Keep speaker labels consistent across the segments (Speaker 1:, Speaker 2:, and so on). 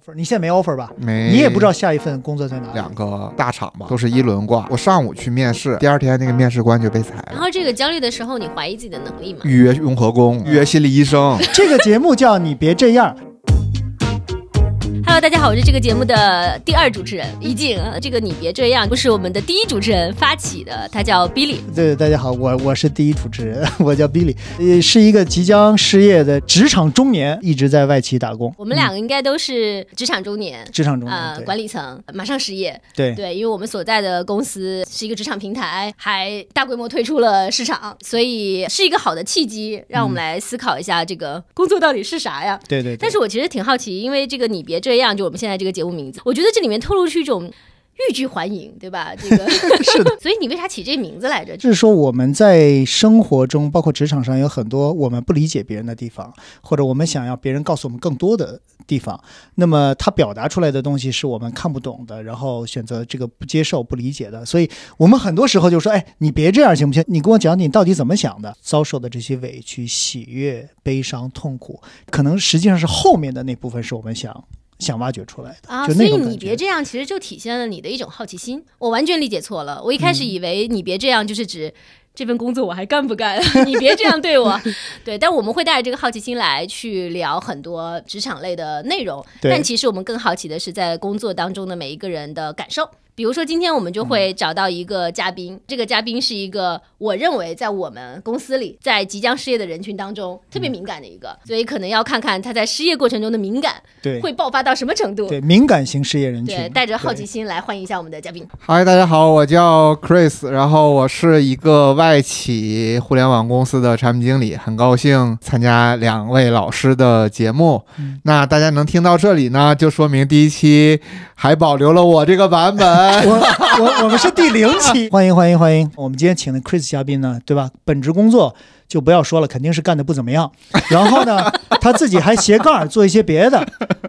Speaker 1: offer，你现在没 offer 吧？
Speaker 2: 没，
Speaker 1: 你也不知道下一份工作在哪里。
Speaker 2: 嗯两个大厂吧，都是一轮挂。我上午去面试，第二天那个面试官就被裁
Speaker 3: 然
Speaker 2: 了。
Speaker 3: 后这个焦虑的时候，你怀疑自己的能力吗？
Speaker 2: 预约雍和宫，预约心理医生。
Speaker 1: 这个节目叫《你别这样》，嗯
Speaker 3: Hello，大家好，我是这个节目的第二主持人一静。呃这个你别这样，不是我们的第一主持人发起的，他叫 Billy。
Speaker 1: 对，大家好，我我是第一主持人，我叫 Billy，呃，是一个即将失业的职场中年，一直在外企打工。
Speaker 3: 我们两个应该都是职场中年，
Speaker 1: 职场中
Speaker 3: 呃，
Speaker 1: 年，
Speaker 3: 管
Speaker 1: 对
Speaker 3: 理层马上失业。
Speaker 1: 对
Speaker 3: 对，因为我们所在的公司是一个职场平台，还大规模退出了市场，所以是一个好的契机，让我
Speaker 1: 嗯
Speaker 3: 们来思考一下这个工作到底是啥呀？
Speaker 1: 对对，
Speaker 3: 但
Speaker 1: 是
Speaker 3: 是我其实挺好奇，因为这个“你别这样”，就我们现在这个节目名字，我觉得这里面透露出一种欲拒还迎，对吧？这 个
Speaker 1: 是的。
Speaker 3: 所以你为啥起这名字来着？
Speaker 1: 就是说，我们在生活中，包括职场上，有很多我们不理解别人的地方，或者我们想要别人告诉我们更多的地方。那么，他表达出来的东西是我们看不懂的，然后选择这个不接受、不理解的。所以，我们很多时候就说：“哎，你别这样行不行？你跟我讲你到底怎么想的，遭受的这些委屈、喜悦、悲伤、痛苦，可能实际上是后面的那部分是我们想想挖掘出来的。
Speaker 3: 啊，
Speaker 1: 就
Speaker 3: 所
Speaker 1: 那
Speaker 3: 以
Speaker 1: 种感
Speaker 3: 你
Speaker 1: 觉
Speaker 3: 别。这样，其实就体现了你的一种好奇心。我完全理解错了，我一开
Speaker 1: 嗯
Speaker 3: 始以为你别这样就是指。这份工作我还干不干？ 你别这样对 我。对，但我们会带着这个好奇心来去聊很多职场类的内容。
Speaker 1: 对
Speaker 3: 但其实我们更好奇的是在工作当中的每一个人的感受。比如说，今天我们就
Speaker 1: 嗯
Speaker 3: 会找到一个嘉宾，这个嘉宾是一个我认为在我们公司里，在即将失业的人群当中特
Speaker 1: 嗯
Speaker 3: 别敏感的一个，所以可能要看看他在失业过程中的敏感
Speaker 1: 对
Speaker 3: 会爆发到什么程度。
Speaker 1: 对敏感型失业人群，
Speaker 3: 对，带着好
Speaker 1: 对
Speaker 3: 奇心来欢迎一下我们的嘉宾。
Speaker 2: 嗨，大家好，我叫 Chris，然后我是一个外企互联网公司的产品经理，很高兴参加两位老师的节目。
Speaker 1: 嗯
Speaker 2: 那大家能听到这里呢，就说明第一期还保留了我这个版本。
Speaker 1: 我 我我们是第零期，欢迎欢迎欢迎！我们今天请的 Chris 嘉宾呢，对吧？本职工作就不要说了，肯定是干的不怎么样。然后呢，他自己还斜杠做一些别的，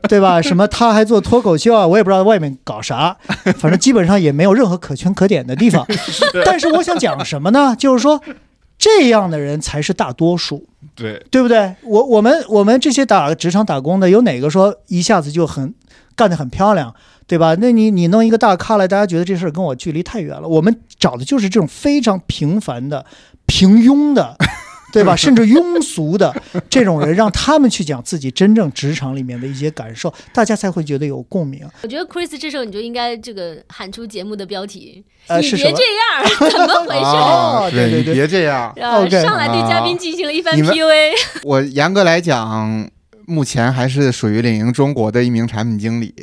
Speaker 1: 对吧？什么他还做脱口秀啊，我也不知道外面搞啥，反正基本上也没有任何可圈可点的地方。但 是我想讲什么呢？就是说，这样的人才是大多数。
Speaker 2: 对，
Speaker 1: 对不对？我我们我们这些打职场打工的，有哪个说一下子就很干得很漂亮，对吧？那你你弄一个大咖来，大家觉得这事儿跟我距离太远了。我们找的就是这种非常平凡的、平庸的，对 吧？甚至庸俗的这种人，让他们去讲自己真正职场里面的一些感受，大家才会觉得有共 鸣。
Speaker 3: 我觉得 Chris 这时候你就应该这个喊出节目的标题，
Speaker 1: 呃，
Speaker 3: 你
Speaker 1: 是
Speaker 3: 别
Speaker 1: 什么？
Speaker 3: 这样，怎么 回事？
Speaker 2: 啊，
Speaker 1: 哦对对对
Speaker 2: 你别这样。
Speaker 3: 然后
Speaker 1: OK 啊
Speaker 3: 上来对嘉宾进行了一番
Speaker 2: 你们
Speaker 3: PUA，
Speaker 2: 我严格来讲，目前还是属于领英中国的一名产品经理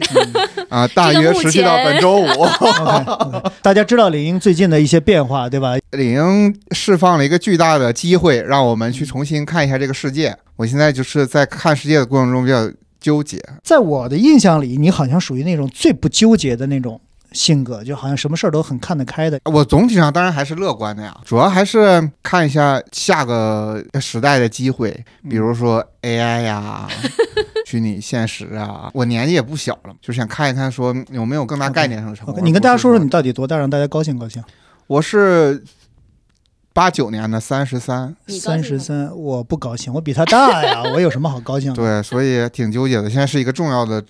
Speaker 2: 啊、大
Speaker 3: 嗯这个
Speaker 2: 约
Speaker 3: 目
Speaker 2: 持续到
Speaker 3: 前
Speaker 2: 本周五。
Speaker 1: OK，, 嗯大家知道李英最近的一些变化，对吧？
Speaker 2: 领英释放了一个巨大的机会，让我们去重新看一下这个世界。我现在就是在看世界的过程中比较纠结，
Speaker 1: 在我的印象里，你好像属于那种最不纠结的那种性格，就好像什么事儿都很看得开的。
Speaker 2: 我总体上当然还是乐观的呀，主要还是看一下下个时代的机会，比如说 AI 呀、 虚拟现实啊。我年纪也不小了，就是想看一看说有没有更大概念上的成
Speaker 1: OK，
Speaker 2: 果。
Speaker 1: 你跟大家说说
Speaker 2: 而不
Speaker 1: 你
Speaker 2: 是
Speaker 1: 到底多大，让大家高兴高兴。
Speaker 2: 我是八九年的，三十三。
Speaker 3: 你高
Speaker 1: 三
Speaker 3: 兴
Speaker 1: 十
Speaker 3: 吗？
Speaker 1: 三，我不高兴，我比他大 呀，我有什么好高兴的？
Speaker 2: 对，所以挺纠结的。现在是一个重要的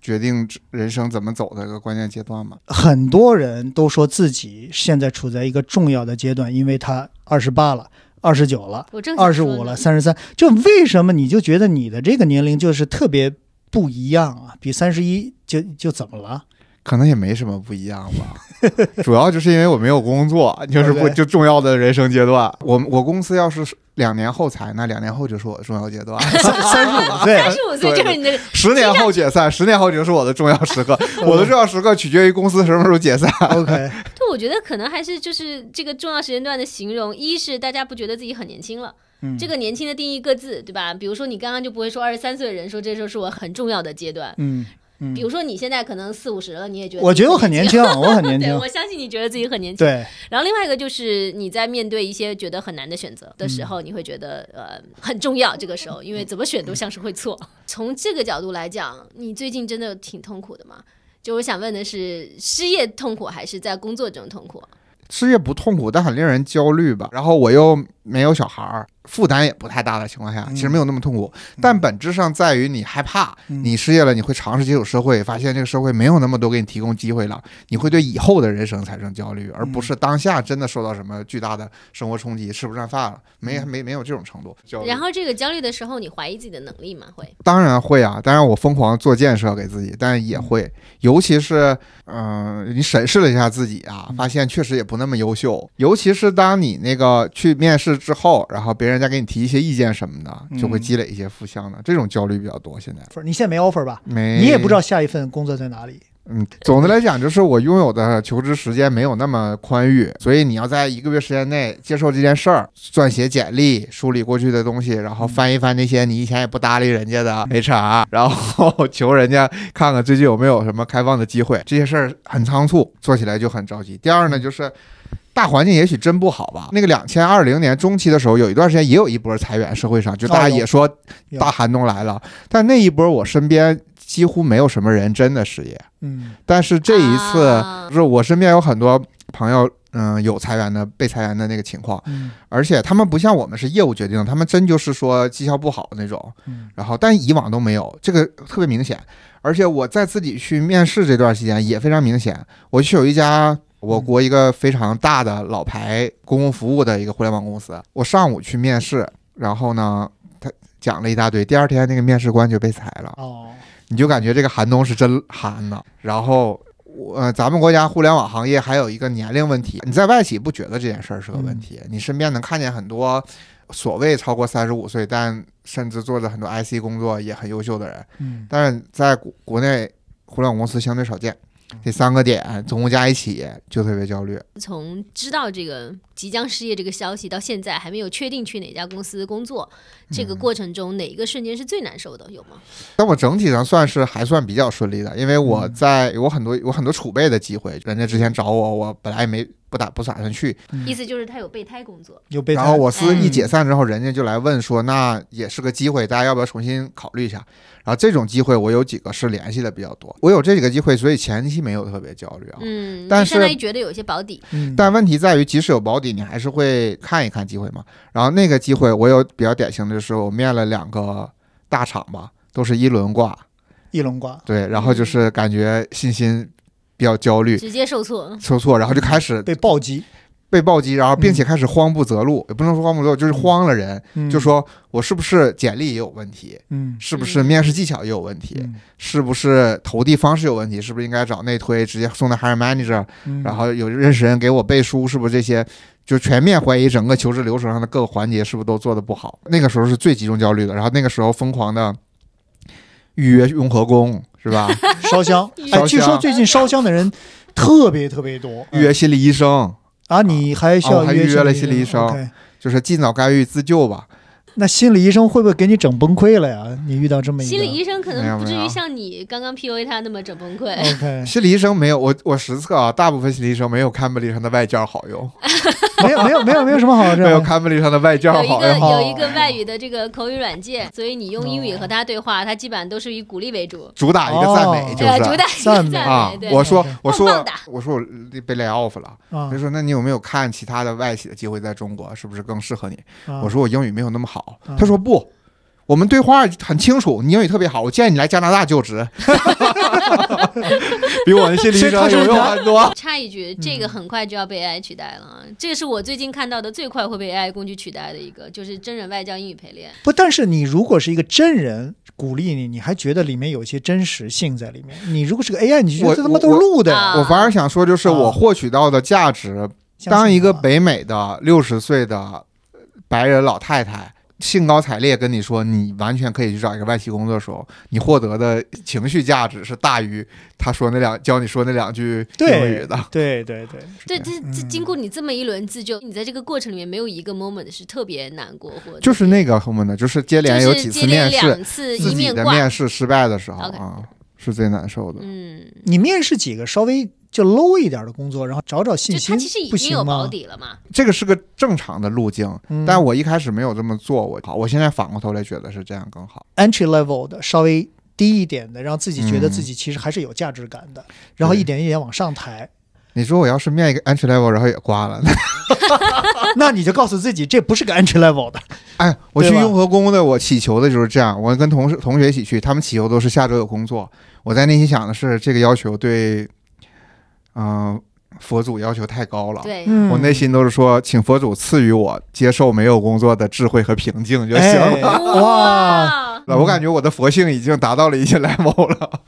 Speaker 2: 决定人生怎么走的一个关键阶段嘛。
Speaker 1: 很多人都说自己现在处在一个重要的阶段，因为他二十八了，二十九了，
Speaker 3: 我正想
Speaker 1: 二十
Speaker 3: 说呢
Speaker 1: 五了，三十三，就为什么你就觉得你的这个年龄就是特别不一样啊？比三十一就就怎么 了？
Speaker 2: 可能也没什么不一样吧，主要就是因为我没有工作，就是不
Speaker 1: OK
Speaker 2: 就重要的人生阶段。我我公司要是两年后裁，那两年后就是我的重要阶段；
Speaker 1: 三三十五岁
Speaker 3: 三十五岁就是你的
Speaker 2: 十年后解散，十年后就是我的重要时刻。我的重要时刻取决于公司什么时候解散。
Speaker 1: ，OK，
Speaker 3: 对，我觉得可能还是就是这个重要时间段的形容，一是大家不觉得自己很年轻了，
Speaker 1: 嗯
Speaker 3: 这个年轻的定义各自，对吧？比如说你刚刚就不会说二十三岁的人说这时候是我很重要的阶段，
Speaker 1: 嗯嗯
Speaker 3: 比，如说你现在可能四五十了，你也觉得
Speaker 1: 我
Speaker 3: 自己
Speaker 1: 觉得我很年轻，啊我很年
Speaker 3: 对，
Speaker 1: 轻，
Speaker 3: 我相信你觉得自己很年轻。
Speaker 1: 对，
Speaker 3: 然后另外一个就是你在面对一些觉得很难的选择的时候，你会觉得呃很重要。这个时候，因为怎么选都像是会错。 从这个角度来讲，你最近真的挺痛苦的嘛？就我想问的是，失业痛苦还是在工作中痛苦？
Speaker 2: 失业不痛苦，但很令人焦虑吧。然后我又没有小孩儿，负担也不太大的情况下，
Speaker 1: 嗯
Speaker 2: 其实没有那么痛苦。但本质上在于你害怕，
Speaker 1: 嗯
Speaker 2: 你失业了，你会尝试接触社会，发现这个社会没有那么多给你提供机会了，你会对以后的人生产生焦
Speaker 1: 嗯
Speaker 2: 虑，而不是当下真的受到什么巨大的生活冲击，吃不上饭了，没
Speaker 1: 嗯
Speaker 2: 没没有这种程度。焦虑
Speaker 3: 然后这个焦虑的时候，你怀疑自己的能力吗？会，
Speaker 2: 当然会啊，当然我疯狂做建设给自己，但也
Speaker 1: 嗯
Speaker 2: 会，尤其是嗯、呃你审视了一下自己
Speaker 1: 嗯
Speaker 2: 啊，发现确实也不那么优秀，尤其是当你那个去面试之后，然后别人再给你提一些意见什么的，就会
Speaker 1: 嗯
Speaker 2: 积累一些负向的，这种焦虑比较多。现在
Speaker 1: 不是你现在没 offer 吧？
Speaker 2: 没，
Speaker 1: 你也不知道下一份工作在哪里。
Speaker 2: 嗯，总的来讲，就是我拥有的求职时间没有那么宽裕，所以你要在一个月时间内接受这件事儿，撰写简历，梳理过去的东西，然后翻一翻那些你以前也不搭理人家的
Speaker 1: 嗯
Speaker 2: HR，然后 求人家看看最近有没有什么开放的机会。这些事儿很仓促，做起来就很着急。第二
Speaker 1: 嗯
Speaker 2: 呢，就是。大环境也许真不好吧。那个两千二零年中期的时候，有一段时间也有一波裁员，社会上就大家
Speaker 1: 哦有
Speaker 2: 也说
Speaker 1: 有
Speaker 2: 大寒冬来了，但那一波我身边几乎没有什么人真的失业。
Speaker 1: 嗯
Speaker 2: 但是这一次，
Speaker 3: 啊
Speaker 2: 就是我身边有很多朋友，嗯，有裁员的、被裁员的那个情况，
Speaker 1: 嗯
Speaker 2: 而且他们不像我们是业务决定的，他们真就是说绩效不好那种，
Speaker 1: 嗯
Speaker 2: 然后但以往都没有，这个特别明显。而且我在自己去面试这段时间也非常明显，我去有一家我国一个非常大的老牌公共服务的一个互联网公司，我上午去面试，然后呢，他讲了一大堆，第二天那个面试官就被裁了。
Speaker 1: 哦，
Speaker 2: 你就感觉这个寒冬是真寒呐。然后，我、呃、咱们国家互联网行业还有一个年龄问题，你在外企不觉得这件事儿是个问题，你身边能看见很多所谓超过三十五岁，但甚至做着很多 IC 工作也很优秀的人，
Speaker 1: 嗯
Speaker 2: 但是在国国内互联网公司相对少见。这三个点总共加一起就特别焦虑，
Speaker 3: 从知道这个即将失业这个消息到现在还没有确定去哪家公司工作，这个过程中哪一个瞬间是最难受的？有吗？
Speaker 2: 但我整体上算是还算比较顺利的，因为我在有很多有很多储备的机会，人家之前找我，我本来也没不打不打算去，
Speaker 3: 意思就是他有备胎工作，
Speaker 1: 有被
Speaker 2: 然
Speaker 1: 裁
Speaker 2: 后我司
Speaker 3: 嗯
Speaker 2: 一解散之后，人家就来问说，那也是个机会，大家要不要重新考虑一下？然后这种机会，我有几个是联系的比较多，我有这几个机会，所以前期没有特别焦虑啊。
Speaker 3: 嗯，
Speaker 2: 但
Speaker 3: 就是相当于觉得有一些保底，
Speaker 1: 嗯
Speaker 2: 但问题在于，即使有保底，你还是会看一看机会嘛。然后那个机会，我有比较典型的是，我面了两个大厂吧，都是一轮挂，
Speaker 1: 一轮挂，
Speaker 2: 对，然
Speaker 3: 嗯
Speaker 2: 后就是感觉信心比较焦虑，
Speaker 3: 直接受挫。，
Speaker 2: 受挫，然后就开始
Speaker 1: 被暴击，
Speaker 2: 被暴击，然后并且
Speaker 1: 嗯
Speaker 2: 开始慌不择路，也不能说慌不择路，就是慌了人。
Speaker 1: 嗯
Speaker 2: 就说我是不是简历也有问题，
Speaker 1: 嗯
Speaker 2: 是不是面试技巧也有问题，是不是投递方式有问题，是不是应该找内推直接送到 hire manager，、
Speaker 1: 嗯
Speaker 2: 然后有认识人给我背书，是不是这些？就全面怀疑整个求职流程上的各个环节是不是都做得不好。那个时候是最集中焦虑的，然后那个时候疯狂的预约雍和宫，是 吧？
Speaker 1: 烧香 哎
Speaker 2: 烧，
Speaker 1: 据
Speaker 2: 香
Speaker 1: 说最近烧香的人特别特别多，呃
Speaker 2: 预约心理医生，
Speaker 1: 啊，你还需
Speaker 2: 啊我
Speaker 1: 要
Speaker 2: 还
Speaker 1: 约
Speaker 2: 预约了心
Speaker 1: 心
Speaker 2: 理医生
Speaker 1: OK
Speaker 2: 就是尽早干预自救吧。
Speaker 1: 那心理医生会不会给你整崩溃了呀？你遇到这么一个
Speaker 3: 心理医生可
Speaker 2: 没有
Speaker 3: 能不至
Speaker 2: 没有哦
Speaker 3: 于像你刚刚 PUA 他那么整崩溃。
Speaker 1: OK
Speaker 2: 心理医生没有，我我实测啊，大部分心理医生没有 Cambly 上的外教好用，
Speaker 1: 没有没有没有没有什么好这
Speaker 2: 没有
Speaker 1: 样
Speaker 2: Cambly 上的外教
Speaker 3: 有一
Speaker 2: 好哦
Speaker 3: 个
Speaker 2: 用。
Speaker 1: 好
Speaker 3: 有一个外语的这个口语软件，所以你用英语和他对话，他基本上都是以鼓励为主，
Speaker 2: 主打一个赞美，
Speaker 1: 哦
Speaker 2: 就
Speaker 3: 对啊，
Speaker 2: 是
Speaker 3: 主打一
Speaker 1: 赞
Speaker 3: 个
Speaker 1: 美
Speaker 2: 啊
Speaker 3: 赞美，对，
Speaker 2: 我说我
Speaker 3: 棒
Speaker 2: 说
Speaker 3: 的
Speaker 2: 我说我被 lay off 了，
Speaker 1: 啊
Speaker 2: 他说那你有没有看其他的外企的机会在中国是不是更适合你？
Speaker 1: 啊！
Speaker 2: 我说我英语没有那么好
Speaker 1: 啊，
Speaker 2: 他说不。我们对话很清楚，你英语特别好，我建议你来加拿大 就职，比我的心理医生有用很多。
Speaker 3: 插一句，这
Speaker 2: 嗯
Speaker 3: 个很快就要被 AI 取代了啊！这是我最近看到的最快会被 AI 工具取代的一个，就是真人外教英语陪练。
Speaker 1: 不，但是你如果是一个真人鼓励你，你还觉得里面有一些真实性在里面。你如果是个 AI，你就觉
Speaker 2: 我
Speaker 1: 得这他妈都是录的呀。
Speaker 3: 啊
Speaker 2: 我反而想说，就是我
Speaker 1: 啊
Speaker 2: 获取到的价值，
Speaker 1: 相信
Speaker 2: 当一个
Speaker 1: 吧
Speaker 2: 北美的六十岁的白人老太太兴高采烈跟你说，你完全可以去找一个外企工作的时候，你获得的情绪价值是大于他说那两教你说那两句英
Speaker 1: 对
Speaker 2: 语的。
Speaker 1: 对对对，
Speaker 3: 对，
Speaker 2: 是
Speaker 3: 这这
Speaker 1: 嗯
Speaker 3: 经过你这么一轮自救，你在这个过程里面没有一个 moment 是特别难过或者
Speaker 2: 就是那个什么的，就是接连有几
Speaker 3: 就是接
Speaker 2: 次
Speaker 3: 连
Speaker 2: 面试，
Speaker 3: 两
Speaker 2: 自
Speaker 3: 次一
Speaker 2: 己
Speaker 3: 面
Speaker 2: 的
Speaker 3: 挂，
Speaker 2: 面试嗯失败的时候
Speaker 3: OK
Speaker 2: 啊，是最难受的。
Speaker 3: 嗯，
Speaker 1: 你面试几个稍微就 low 一点的工作，然后找找
Speaker 3: 就
Speaker 1: 信
Speaker 3: 他
Speaker 1: 心
Speaker 3: 其实已
Speaker 1: 不
Speaker 3: 经有
Speaker 1: 行
Speaker 3: 保
Speaker 1: 吗？
Speaker 3: 底了嘛，
Speaker 2: 这个是个正常的路径，
Speaker 1: 嗯
Speaker 2: 但我一开始没有这么做。我好，我现在反过头来觉得是这样更好。
Speaker 1: entry level 的稍微低一点的，让自己觉得
Speaker 2: 嗯
Speaker 1: 自己其实还是有价值感的，然后一点一点往上抬。
Speaker 2: 你说我要是面一个 entry level，然后也挂了，
Speaker 1: 那你就告诉自己这不是个 entry level 的。
Speaker 2: 哎，我
Speaker 1: 对
Speaker 2: 去
Speaker 1: 吧
Speaker 2: 雍和宫的，我祈求的就是这样。我跟同事同学一起去，他们祈求都是下周有工作。我在内心想的是，这个要求对，嗯、佛祖要求太高了。
Speaker 3: 对，
Speaker 4: 嗯，
Speaker 2: 我内心都是说，请佛祖赐予我接受没有工作的智慧和平静就行
Speaker 1: 哎
Speaker 2: 了。
Speaker 1: 哇！
Speaker 2: 了 我感觉我的佛性已经达到了一些 level 了。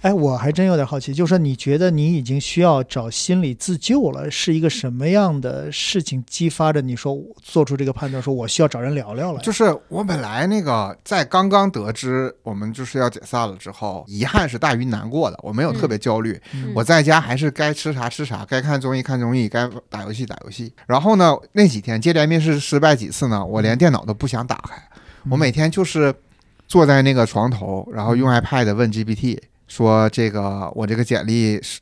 Speaker 1: 哎，我还真有点好奇，就是说你觉得你已经需要找心理自救了，是一个什么样的事情激发着你说我做出这个判断，说我需要找人聊聊了？
Speaker 2: 就是我本来那个在刚刚得知我们就是要解散了之后，遗憾是大于难过的，我没有特别焦虑。
Speaker 1: 嗯
Speaker 2: 我在家还是该吃啥吃啥，该看综艺看综艺，该打游戏打游戏。然后呢，那几天接连面试失败几次呢，我连电脑都不想打开，我每天就是坐在那个床头，然后用 iPad 问 GPT 说这个我这个简历是。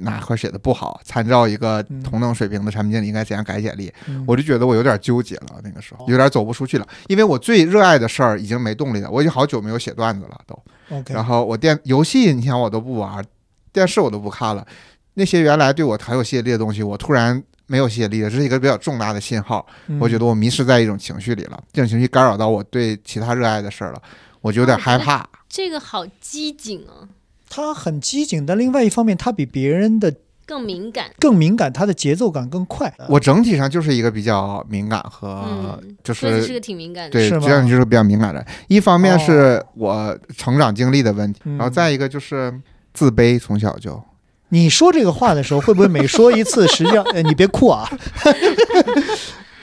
Speaker 2: 哪块写的不好？参照一个
Speaker 1: 嗯
Speaker 2: 同等水平的产品经理应该怎样改简历？
Speaker 1: 嗯
Speaker 2: 我就觉得我有点纠结了，那个时候有点走不出去了，因为我最热爱的事儿已经没动力了，我已经好久没有写段子了都。
Speaker 1: OK，
Speaker 2: 然后我电游戏，你想我都不玩，电视我都不看了，那些原来对我很有吸引力的东西，我突然没有吸引力了，这是一个比较重大的信号。我觉
Speaker 1: 得
Speaker 2: 得我迷失在一种情绪里了，这种情绪干扰到我对其他热爱的事儿了，我就有点害怕。
Speaker 3: 这个好机警啊，
Speaker 1: 他很机警，但另外一方面，他比别人的
Speaker 3: 更敏感。
Speaker 1: 更敏感，他的节奏感更快。啊
Speaker 2: 我整体上就是一个比较敏感和
Speaker 3: 嗯
Speaker 2: 啊就
Speaker 3: 鸽子
Speaker 2: 是
Speaker 3: 是个挺敏感的，
Speaker 2: 对，
Speaker 1: 是
Speaker 2: 这样
Speaker 1: 吗
Speaker 2: 就是比较敏感的。一方面
Speaker 1: 哦
Speaker 2: 是我成长经历的问题，
Speaker 1: 嗯
Speaker 2: 然后再一个就是自卑，从小就
Speaker 1: 你说这个话的时候，会不会每说一次，实际上， 呃，你别哭啊。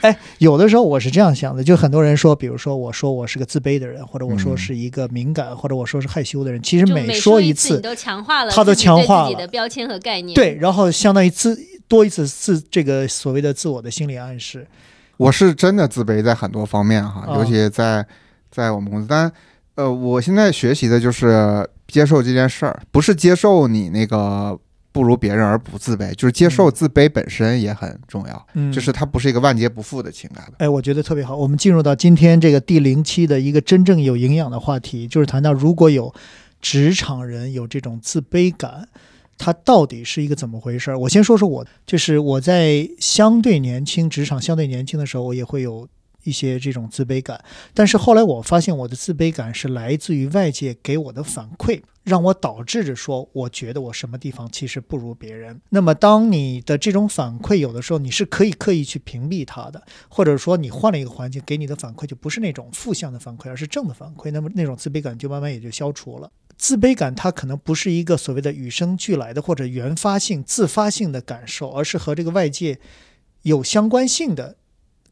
Speaker 1: 哎，有的时候我是这样想的，就很多人说，比如说我说我是个自卑的人，或者我说
Speaker 2: 嗯
Speaker 1: 是一个敏感，或者我说是害羞的人，其实
Speaker 3: 就
Speaker 1: 每
Speaker 3: 说
Speaker 1: 说一
Speaker 3: 次，
Speaker 1: 次
Speaker 3: 你，都强化了
Speaker 1: 他都
Speaker 3: 自己
Speaker 1: 强
Speaker 3: 对
Speaker 1: 化
Speaker 3: 自己
Speaker 1: 了
Speaker 3: 的标签和概念。
Speaker 1: 对，然后相当于自多一次自这个所谓的自我的心理暗示。
Speaker 2: 我是真的自卑在很多方面哈，
Speaker 1: 哦
Speaker 2: 尤其在在我们公司，但呃，我现在学习的就是接受这件事儿，不是接受你那个不如别人而不自卑，就是接受
Speaker 1: 嗯
Speaker 2: 自卑本身也很重要，
Speaker 1: 嗯，
Speaker 2: 就是它不是一个万劫不复的情感。
Speaker 1: 哎，我觉得特别好。我们进入到今天这个第零期的一个真正有营养的话题，就是谈到如果有职场人有这种自卑感，它到底是一个怎么回事儿？我先说说我，就是我在相对年轻、职场相对年轻的时候，我也会有一些这种自卑感。但是后来我发现，我的自卑感是来自于外界给我的反馈，让我导致着说，我觉得我什么地方其实不如别人。那么，当你的这种反馈有的时候，你是可以刻意去屏蔽它的。或者说你换了一个环境，给你的反馈就不是那种负向的反馈，而是正的反馈，那么那种自卑感就慢慢也就消除了。自卑感它可能不是一个所谓的与生俱来的或者原发性、自发性的感受，而是和这个外界有相关性的。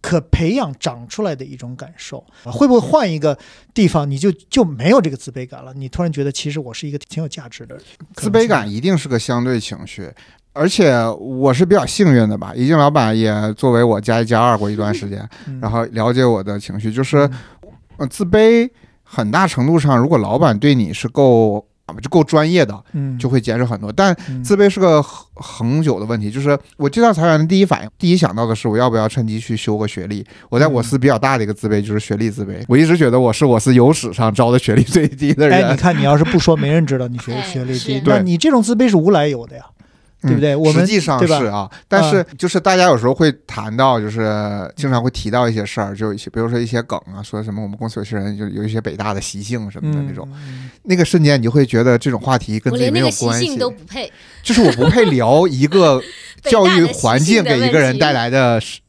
Speaker 1: 可培养长出来的一种感受，啊会不会换一个地方你就就没有这个自卑感了？你突然觉得其实我是一个挺有价值的人。
Speaker 2: 自卑感一定是个相对情绪，而且我是比较幸运的吧，一静老板也作为我加一加二过一段时间，
Speaker 1: 可能是，
Speaker 2: 然
Speaker 1: 后
Speaker 2: 后了解我的情绪，就是
Speaker 1: 嗯
Speaker 2: 呃自卑很大程度上，如果老板对你是够啊就够专业的，
Speaker 1: 嗯，
Speaker 2: 就会减少很多。但
Speaker 1: 嗯
Speaker 2: 自卑是个恒恒久的问题，就是我接到裁员的第一反应，第一想到的是我要不要趁机去修个学历。
Speaker 1: 嗯
Speaker 2: 我在我司比较大的一个自卑就是学历自卑，我一直觉得我是我司有史上招的学历最低的
Speaker 1: 哎，你
Speaker 2: 人，
Speaker 1: 看你要是不说，没人知道你学
Speaker 3: 哎
Speaker 1: 学历低
Speaker 3: 是，
Speaker 1: 那
Speaker 2: 对
Speaker 1: 你这种自卑是无来由的呀。对不对
Speaker 2: 嗯
Speaker 1: 我们
Speaker 2: 实际上
Speaker 1: 对吧嗯
Speaker 2: 是啊，但是就是大家有时候会谈到，就是经常会提到一些事儿，就一些比如说一些梗啊，说什么我们公司有些人就有一些北大的习性什么的那种，
Speaker 1: 嗯
Speaker 2: 那个瞬间你就会觉得这种话题跟
Speaker 3: 我
Speaker 2: 自己
Speaker 3: 连
Speaker 2: 没
Speaker 3: 那
Speaker 2: 有
Speaker 3: 个习
Speaker 2: 关系
Speaker 3: 性，都不配。
Speaker 2: 就是我不配聊一 个教育环境给一个人带来的是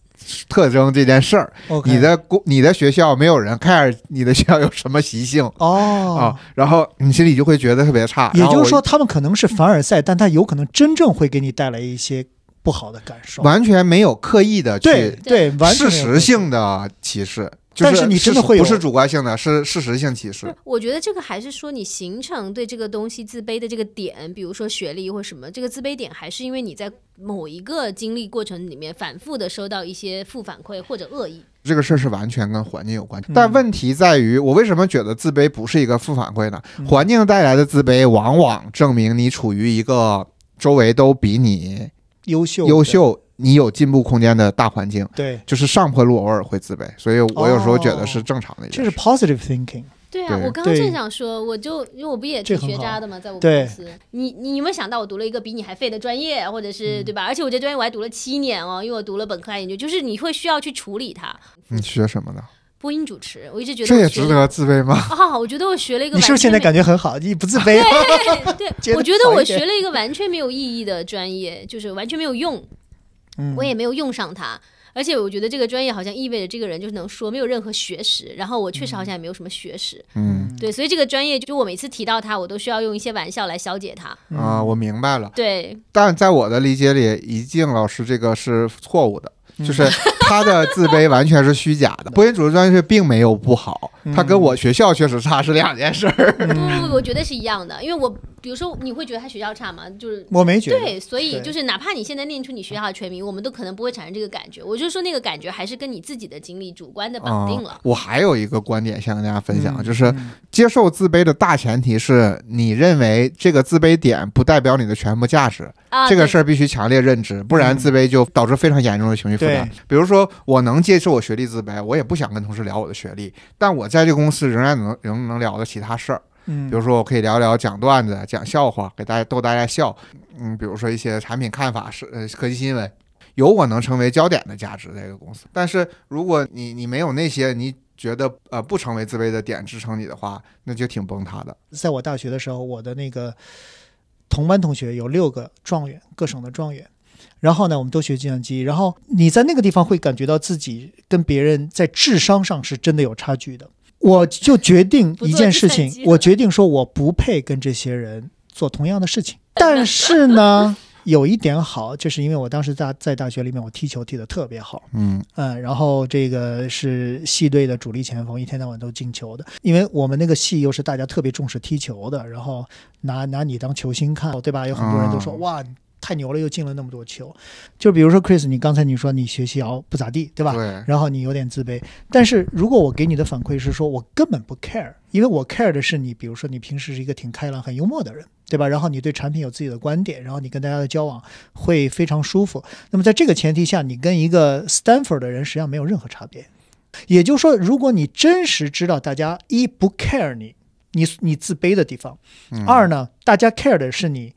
Speaker 2: 特征这件事儿。
Speaker 1: OK，
Speaker 2: 你的公你的学校没有人 care 你的学校有什么习性
Speaker 1: 哦
Speaker 2: 啊，，然后你心里就会觉得特别差。
Speaker 1: 也
Speaker 2: 然后
Speaker 1: 就是
Speaker 2: 我
Speaker 1: 说，他们可能是凡尔赛，但他有可能真正会给你带来一些不好的感受。
Speaker 2: 完全没有刻意的
Speaker 1: 对
Speaker 2: 去
Speaker 1: 对，完全
Speaker 2: 事
Speaker 1: 没有
Speaker 2: 实性的歧视。就
Speaker 1: 但是你真的
Speaker 2: 事
Speaker 1: 会有
Speaker 2: 不是主观性的，是事实性歧视。
Speaker 3: 我觉得这个还是说你形成对这个东西自卑的这个点，比如说学历或什么，这个自卑点还是因为你在某一个经历过程里面反复的收到一些负反馈或者恶意。
Speaker 2: 这个事儿是完全跟环境有关系
Speaker 1: 嗯。
Speaker 2: 但问题在于，我为什么觉得自卑不是一个负反馈呢？
Speaker 1: 嗯
Speaker 2: 环境带来的自卑，往往证明你处于一个周围都比你
Speaker 1: 优秀
Speaker 2: 优，秀、你有进步空间的大环境。
Speaker 1: 对，
Speaker 2: 就是上坡路偶尔会自卑，所以我有时候觉得是正常的一
Speaker 1: 哦这是
Speaker 2: 件事。
Speaker 1: positive thinking，
Speaker 3: 对啊，
Speaker 2: 对
Speaker 3: 我刚刚正
Speaker 1: 对
Speaker 3: 想说，我就因为我不也
Speaker 1: 这
Speaker 3: 挺
Speaker 1: 很
Speaker 3: 学渣
Speaker 1: 好
Speaker 3: 的嘛，在我们
Speaker 1: 对
Speaker 3: 公司，你你有没有想到我读了一个比你还废的专业，或者
Speaker 1: 嗯
Speaker 3: 是、对吧？而且我这专业我还读了七年哦，因为我读了本科和研究，就是你会需要去处理它。
Speaker 2: 你学什么的？
Speaker 3: 播音主持，我一直觉得
Speaker 2: 这
Speaker 3: 我
Speaker 2: 也
Speaker 3: 学
Speaker 2: 值
Speaker 3: 了
Speaker 2: 得自卑吗？
Speaker 3: 啊、我觉得我学了一个
Speaker 1: 你
Speaker 3: 完
Speaker 1: 是不
Speaker 3: 全
Speaker 1: 是现在
Speaker 3: 没
Speaker 1: 感觉很好？你不自卑吗？
Speaker 3: 对
Speaker 1: 觉，得
Speaker 3: 我觉得
Speaker 1: 好
Speaker 3: 我
Speaker 1: 一点
Speaker 3: 学了一个完全没有意义的专业，就是完全没有用，
Speaker 1: 嗯
Speaker 3: 我也没有用上它。而且我觉得这个专业好像意味着这个人就是能说，没有任何学识。然后我确实好像也没有什么学识，
Speaker 2: 嗯
Speaker 3: 对，所以这个专业就我每次提到它，我都需要用一些玩笑来消解它。
Speaker 1: 嗯
Speaker 2: 啊，我明白了。
Speaker 3: 对，
Speaker 2: 但在我的理解里，怡静老师这个是错误的，
Speaker 1: 嗯
Speaker 2: 就是她的自卑完全是虚假 的。播音主持专业并没有不好，
Speaker 1: 嗯
Speaker 2: 她跟我学校确实差是两件事儿。
Speaker 3: 不不不，我觉得是一样的，因为我比如说你会觉得他学校差吗？就是
Speaker 1: 我没觉得。
Speaker 3: 对，所以
Speaker 1: 对
Speaker 3: 就是哪怕你现在念出你学校的全名，我们都可能不会产生这个感觉。我就说那个感觉还是跟你自己的经历主观的绑定了。
Speaker 2: 啊我还有一个观点想跟大家分享，啊
Speaker 1: 嗯
Speaker 2: 就是接受自卑的大前提是你认为这个自卑点不代表你的全部价值，
Speaker 3: 啊，
Speaker 2: 这个
Speaker 3: 对
Speaker 2: 事儿必须强烈认知，不然自卑就导致非常严重的情绪负担
Speaker 1: 嗯对。
Speaker 2: 比如说，我能接受我学历自卑，我也不想跟同事聊我的学历，但我在这个公司仍然能仍能聊的其他事儿。
Speaker 1: 嗯
Speaker 2: 比如说，我可以聊聊讲段子、讲笑话，给大家逗大家笑。嗯，比如说一些产品看法、是呃科技新闻，有我能成为焦点的价值在这个公司。但是如果你你没有那些你觉得呃不成为自卑的点支撑你的话，那就挺崩塌的。
Speaker 1: 在我大学的时候，我的那个同班同学有六个状元，各省的状元。然后呢，我们都学计算机。然后你在那个地方会感觉到自己跟别人在智商上是真的有差距的。我就决定
Speaker 3: 不
Speaker 1: 一
Speaker 3: 做
Speaker 1: 件
Speaker 3: 计
Speaker 1: 事
Speaker 3: 算
Speaker 1: 情
Speaker 3: 机，
Speaker 1: 我
Speaker 3: 了
Speaker 1: 决定说我不配跟这些人做同样的事情。 但是呢，有一点好，就是因为我当时大在大学里面，我踢球踢得特别好。
Speaker 2: 嗯
Speaker 1: 嗯，然后这个是系队的主力前锋，一天到晚都进球的。因为我们那个系又是大家特别重视踢球的，然后拿拿你当球星看，对吧？有很多人都说、
Speaker 2: 嗯
Speaker 1: 哇，你太牛了，又进了那么多球。就比如说 Chris，你刚才你说你学习熬不咋地，对吧？
Speaker 2: 对，
Speaker 1: 然后你有点自卑，但是如果我给你的反馈是说我根本不 care，因为我 care 的是你，比如说你平时是一个挺开朗、很幽默的人，对吧？然后你对产品有自己的观点，然后你跟大家的交往会非常舒服。那么在这个前提下，你跟一个 Stanford 的人实际上没有任何差别。也就是说，如果你真实知道大家一不 care 你，你你自卑的地方；
Speaker 2: 嗯
Speaker 1: 二呢，大家 care 的是你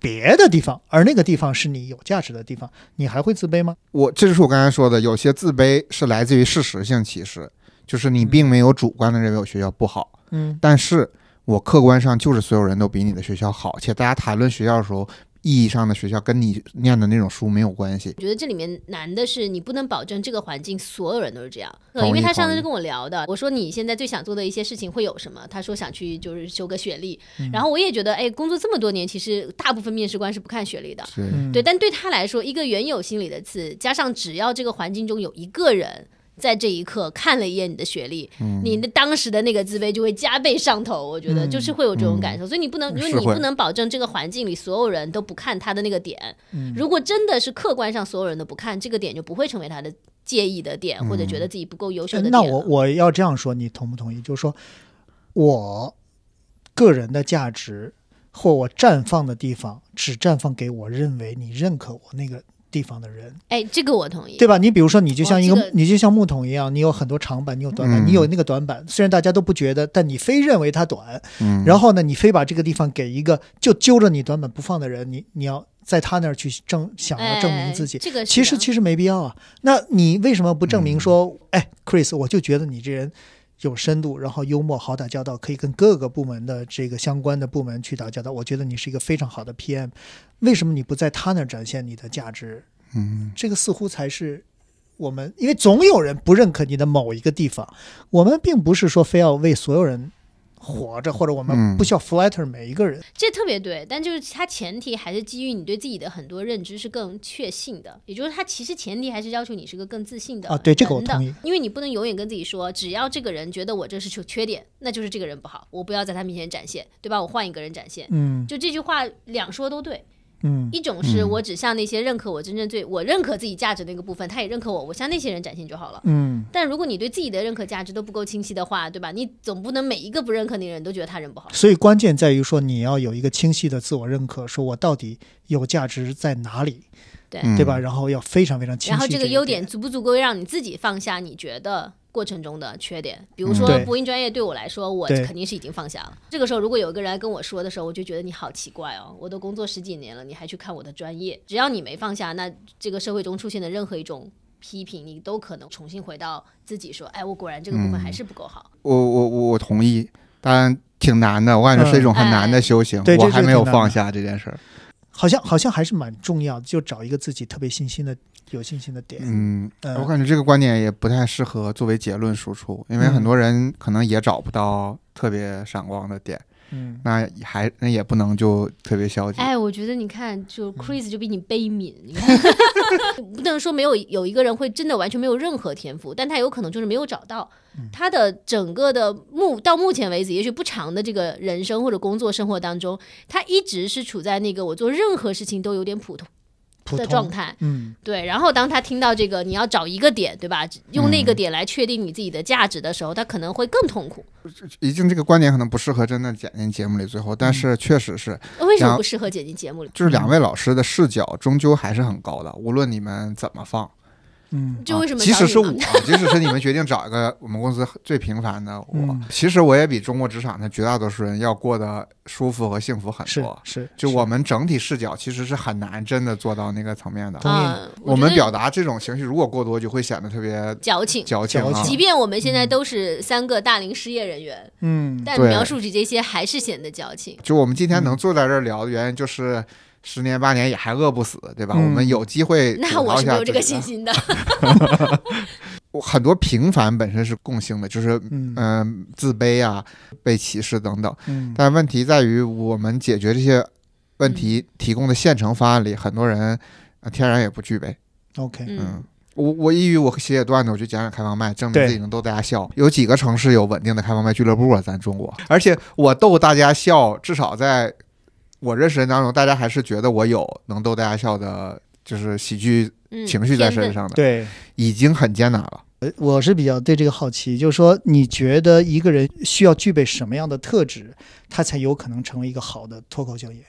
Speaker 1: 别的地方，而那个地方是你有价值的地方，你还会自卑吗？
Speaker 2: 我这就是我刚才说的，有些自卑是来自于事实性歧视，就是你并没有主观的认为我学校不好，
Speaker 1: 嗯
Speaker 2: 但是我客观上就是所有人都比你的学校好，且大家谈论学校的时候，意义上的学校跟你念的那种书没有关系。
Speaker 3: 我觉得这里面难的是，你不能保证这个环境所有人都是这样。呃
Speaker 2: 同意
Speaker 3: 因为他上
Speaker 2: 同意
Speaker 3: 次就跟我聊的，我说你现在最想做的一些事情会有什么？他说想去就是修个学历。
Speaker 2: 嗯
Speaker 3: 然后我也觉得，哎，工作这么多年，其实大部分面试官是不看学历的。
Speaker 2: 是，
Speaker 1: 嗯
Speaker 3: 对，但对他来说，一个原有心理的刺，加上只要这个环境中有一个人在这一刻看了一眼你的学历，你的当时的那个自卑就会加倍上头。我觉得
Speaker 1: 嗯
Speaker 3: 就是会有这种感受，所以你不能，因为
Speaker 2: 是
Speaker 3: 你
Speaker 2: 会
Speaker 3: 不能保证这个环境里所有人都不看他的那个点。
Speaker 1: 嗯
Speaker 3: 如果真的是客观上所有人都不看这个点，就不会成为他的介意的点，或者觉得自己不够优秀
Speaker 1: 呃
Speaker 3: 的点啊
Speaker 1: 那
Speaker 3: 了。
Speaker 1: 我我要这样说，你同不同意？就是说我个人的价值或我绽放的地方，只绽放给我认为你认可我那个地方的人，
Speaker 3: 哎，这个我同意。
Speaker 1: 对吧？你比如说，你就
Speaker 3: 哇
Speaker 1: 像一
Speaker 3: 这
Speaker 1: 个，
Speaker 3: 个
Speaker 1: 你就像木桶一样，你有很多长板，你有短板，你有那个短板，虽然大家都不觉得，但你非认为它短，
Speaker 2: 嗯，
Speaker 1: 然后呢，你非把这个地方给一个就揪着你短板不放的人，你你要在他那儿去证，想要证明自己
Speaker 3: 哎、。这个是
Speaker 1: 其实
Speaker 3: 的
Speaker 1: 其实没必要啊。那你为什么不证明说，哎，Chris，我就觉得你这人有深度，然后幽默，好打交道，可以跟各个部门的这个相关的部门去打交道。我觉得你是一个非常好的 PM，为什么你不在他那儿展现你的价值？
Speaker 2: 嗯，
Speaker 1: 这个似乎才是。我们因为总有人不认可你的某一个地方，我们并不是说非要为所有人活着，或者我们
Speaker 2: 嗯
Speaker 1: 不需要 flatter 每一个人。
Speaker 3: 这特别对，但就是它前提还是基于你对自己的很多认知是更确信的，也就是它其实前提还是要求你是个更自信的
Speaker 1: 啊对这个我
Speaker 3: 人的
Speaker 1: 同意，
Speaker 3: 因为你不能永远跟自己说，只要这个人觉得我这是缺缺点，那就是这个人不好，我不要在他面前展现，对吧？我换一个人展现，
Speaker 1: 嗯
Speaker 3: 就这句话两说都对，
Speaker 1: 嗯
Speaker 3: 一种是我只向那些认可我真正最我认可自己价值的那个部分，他也认可我，我向那些人展现就好了。
Speaker 1: 嗯，
Speaker 3: 但如果你对自己的认可价值都不够清晰的话，对吧？你总不能每一个不认可你的人都觉得他人不好。
Speaker 1: 所以关键在于说，你要有一个清晰的自我认可，说我到底有价值在哪里，
Speaker 3: 对
Speaker 1: 呃
Speaker 2: 嗯
Speaker 1: 对吧？？然后要非常非常清晰。
Speaker 3: 然后这
Speaker 1: 这
Speaker 3: 个
Speaker 1: 一
Speaker 3: 优
Speaker 1: 点
Speaker 3: 点，足不足够让你自己放下你觉得过程中的缺点。比如说
Speaker 1: 嗯对
Speaker 3: 播音专业对我来说，我
Speaker 1: 对
Speaker 3: 肯定是已经放下了。这个时候如果有一个人来跟我说的时候，我就觉得你好奇怪哦，我都工作十几年了，你还去看我的专业？只要你没放下，那这个社会中出现的任何一种。批评你都可能重新回到自己说，哎，我果然这个
Speaker 1: 嗯
Speaker 3: 部分还是不够好。
Speaker 2: 我我我我同意，但挺难的，我感觉是一种很难的修行，
Speaker 1: 嗯哎对
Speaker 2: 我
Speaker 1: 这
Speaker 2: 还
Speaker 1: 是
Speaker 2: 没有
Speaker 1: 挺难的
Speaker 2: 放下这件事儿。
Speaker 1: 好像好像还是蛮重要的，就找一个自己特别信心的、有信心的点。
Speaker 2: 嗯，
Speaker 1: 嗯
Speaker 2: 我感觉这个观点也不太适合作为结论输出，因为很多人可能也找不到特别闪光的点，
Speaker 1: 嗯，
Speaker 2: 那还那也不能就特别消极。
Speaker 3: 哎，我觉得你看，
Speaker 2: 嗯
Speaker 3: 就 Chris 就比你悲悯，你看， 不能说没有有一个人会真的完全没有任何天赋，但他有可能就是没有找到
Speaker 2: 嗯
Speaker 3: 他的整个的目到目前为止，也许不长的这个人生或者工作生活当中，他一直是处在那个我做任何事情都有点普通
Speaker 1: 普
Speaker 3: 的
Speaker 1: 通
Speaker 3: 状态。
Speaker 1: 嗯，
Speaker 3: 对，然后当他听到这个你要找一个点，对吧？
Speaker 2: 嗯
Speaker 3: 用那个点来确定你自己的价值的时候，他可能会更痛苦。
Speaker 2: 已经这个观点可能不适合真的剪进节目里，最后，
Speaker 1: 嗯
Speaker 2: 但是确实是，
Speaker 3: 为什
Speaker 2: 然
Speaker 3: 么
Speaker 2: 后
Speaker 3: 不适合剪进节目里？
Speaker 2: 就是两位老师的视角终究还是很高的，无论你们怎么放。
Speaker 1: 嗯，
Speaker 3: 就为什么
Speaker 2: 啊即
Speaker 3: 找
Speaker 2: 使
Speaker 3: 你
Speaker 2: 是我
Speaker 3: 们，
Speaker 2: 即使是你们决定找一个我们公司最平凡的我，
Speaker 1: 嗯
Speaker 2: 其实我也比中国职场的绝大多数人要过得舒服和幸福很
Speaker 1: 是
Speaker 2: 多。
Speaker 1: 是，
Speaker 2: 就我们整体视角其实是很难真的做到那个层面的。
Speaker 1: 同意
Speaker 3: 啊
Speaker 2: 我
Speaker 3: 觉
Speaker 2: 们
Speaker 3: 得
Speaker 2: 表达这种情绪如果过多，就会显得特别
Speaker 3: 矫情。
Speaker 2: 矫情啊
Speaker 1: 矫。
Speaker 3: 即便我们现在都是三个大龄失业人员，
Speaker 1: 嗯，
Speaker 3: 但
Speaker 2: 对
Speaker 3: 描述起这些还是显得矫情。
Speaker 2: 就我们今天
Speaker 3: 嗯
Speaker 2: 能坐在这儿聊的原因，就是十年八年也还饿不死，对吧？
Speaker 1: 嗯
Speaker 2: 我们有机会
Speaker 3: 那
Speaker 2: 吐
Speaker 3: 我
Speaker 2: 槽一
Speaker 3: 是没
Speaker 2: 下
Speaker 3: 有这个
Speaker 2: 自己
Speaker 3: 信
Speaker 2: 的
Speaker 3: 心的。
Speaker 2: 我很多平凡本身是共性的，就是
Speaker 1: 嗯
Speaker 2: 嗯、自卑啊、被歧视等等。
Speaker 1: 嗯
Speaker 2: 但问题在于，我们解决这些问题提供的现成方案里，很多人呃天然也不具备。
Speaker 1: ，OK，
Speaker 3: 嗯
Speaker 2: 嗯，我我抑郁，我写写段子，我就讲讲开放麦，证明
Speaker 1: 对
Speaker 2: 自己能逗大家笑。有几个城市有稳定的开放麦俱乐部啊？咱中国，而且我逗大家笑，至少在我认识人当中，大家还是觉得我有能逗大家笑的，就是喜剧
Speaker 3: 嗯，
Speaker 2: 情绪在
Speaker 3: 天
Speaker 2: 身
Speaker 3: 分。
Speaker 2: 上的，
Speaker 1: 对。
Speaker 2: 已经很艰难了。
Speaker 1: 呃我是比较对这个好奇，就是说，你觉得一个人需要具备什么样的特质，他才有可能成为一个好的脱口秀演员？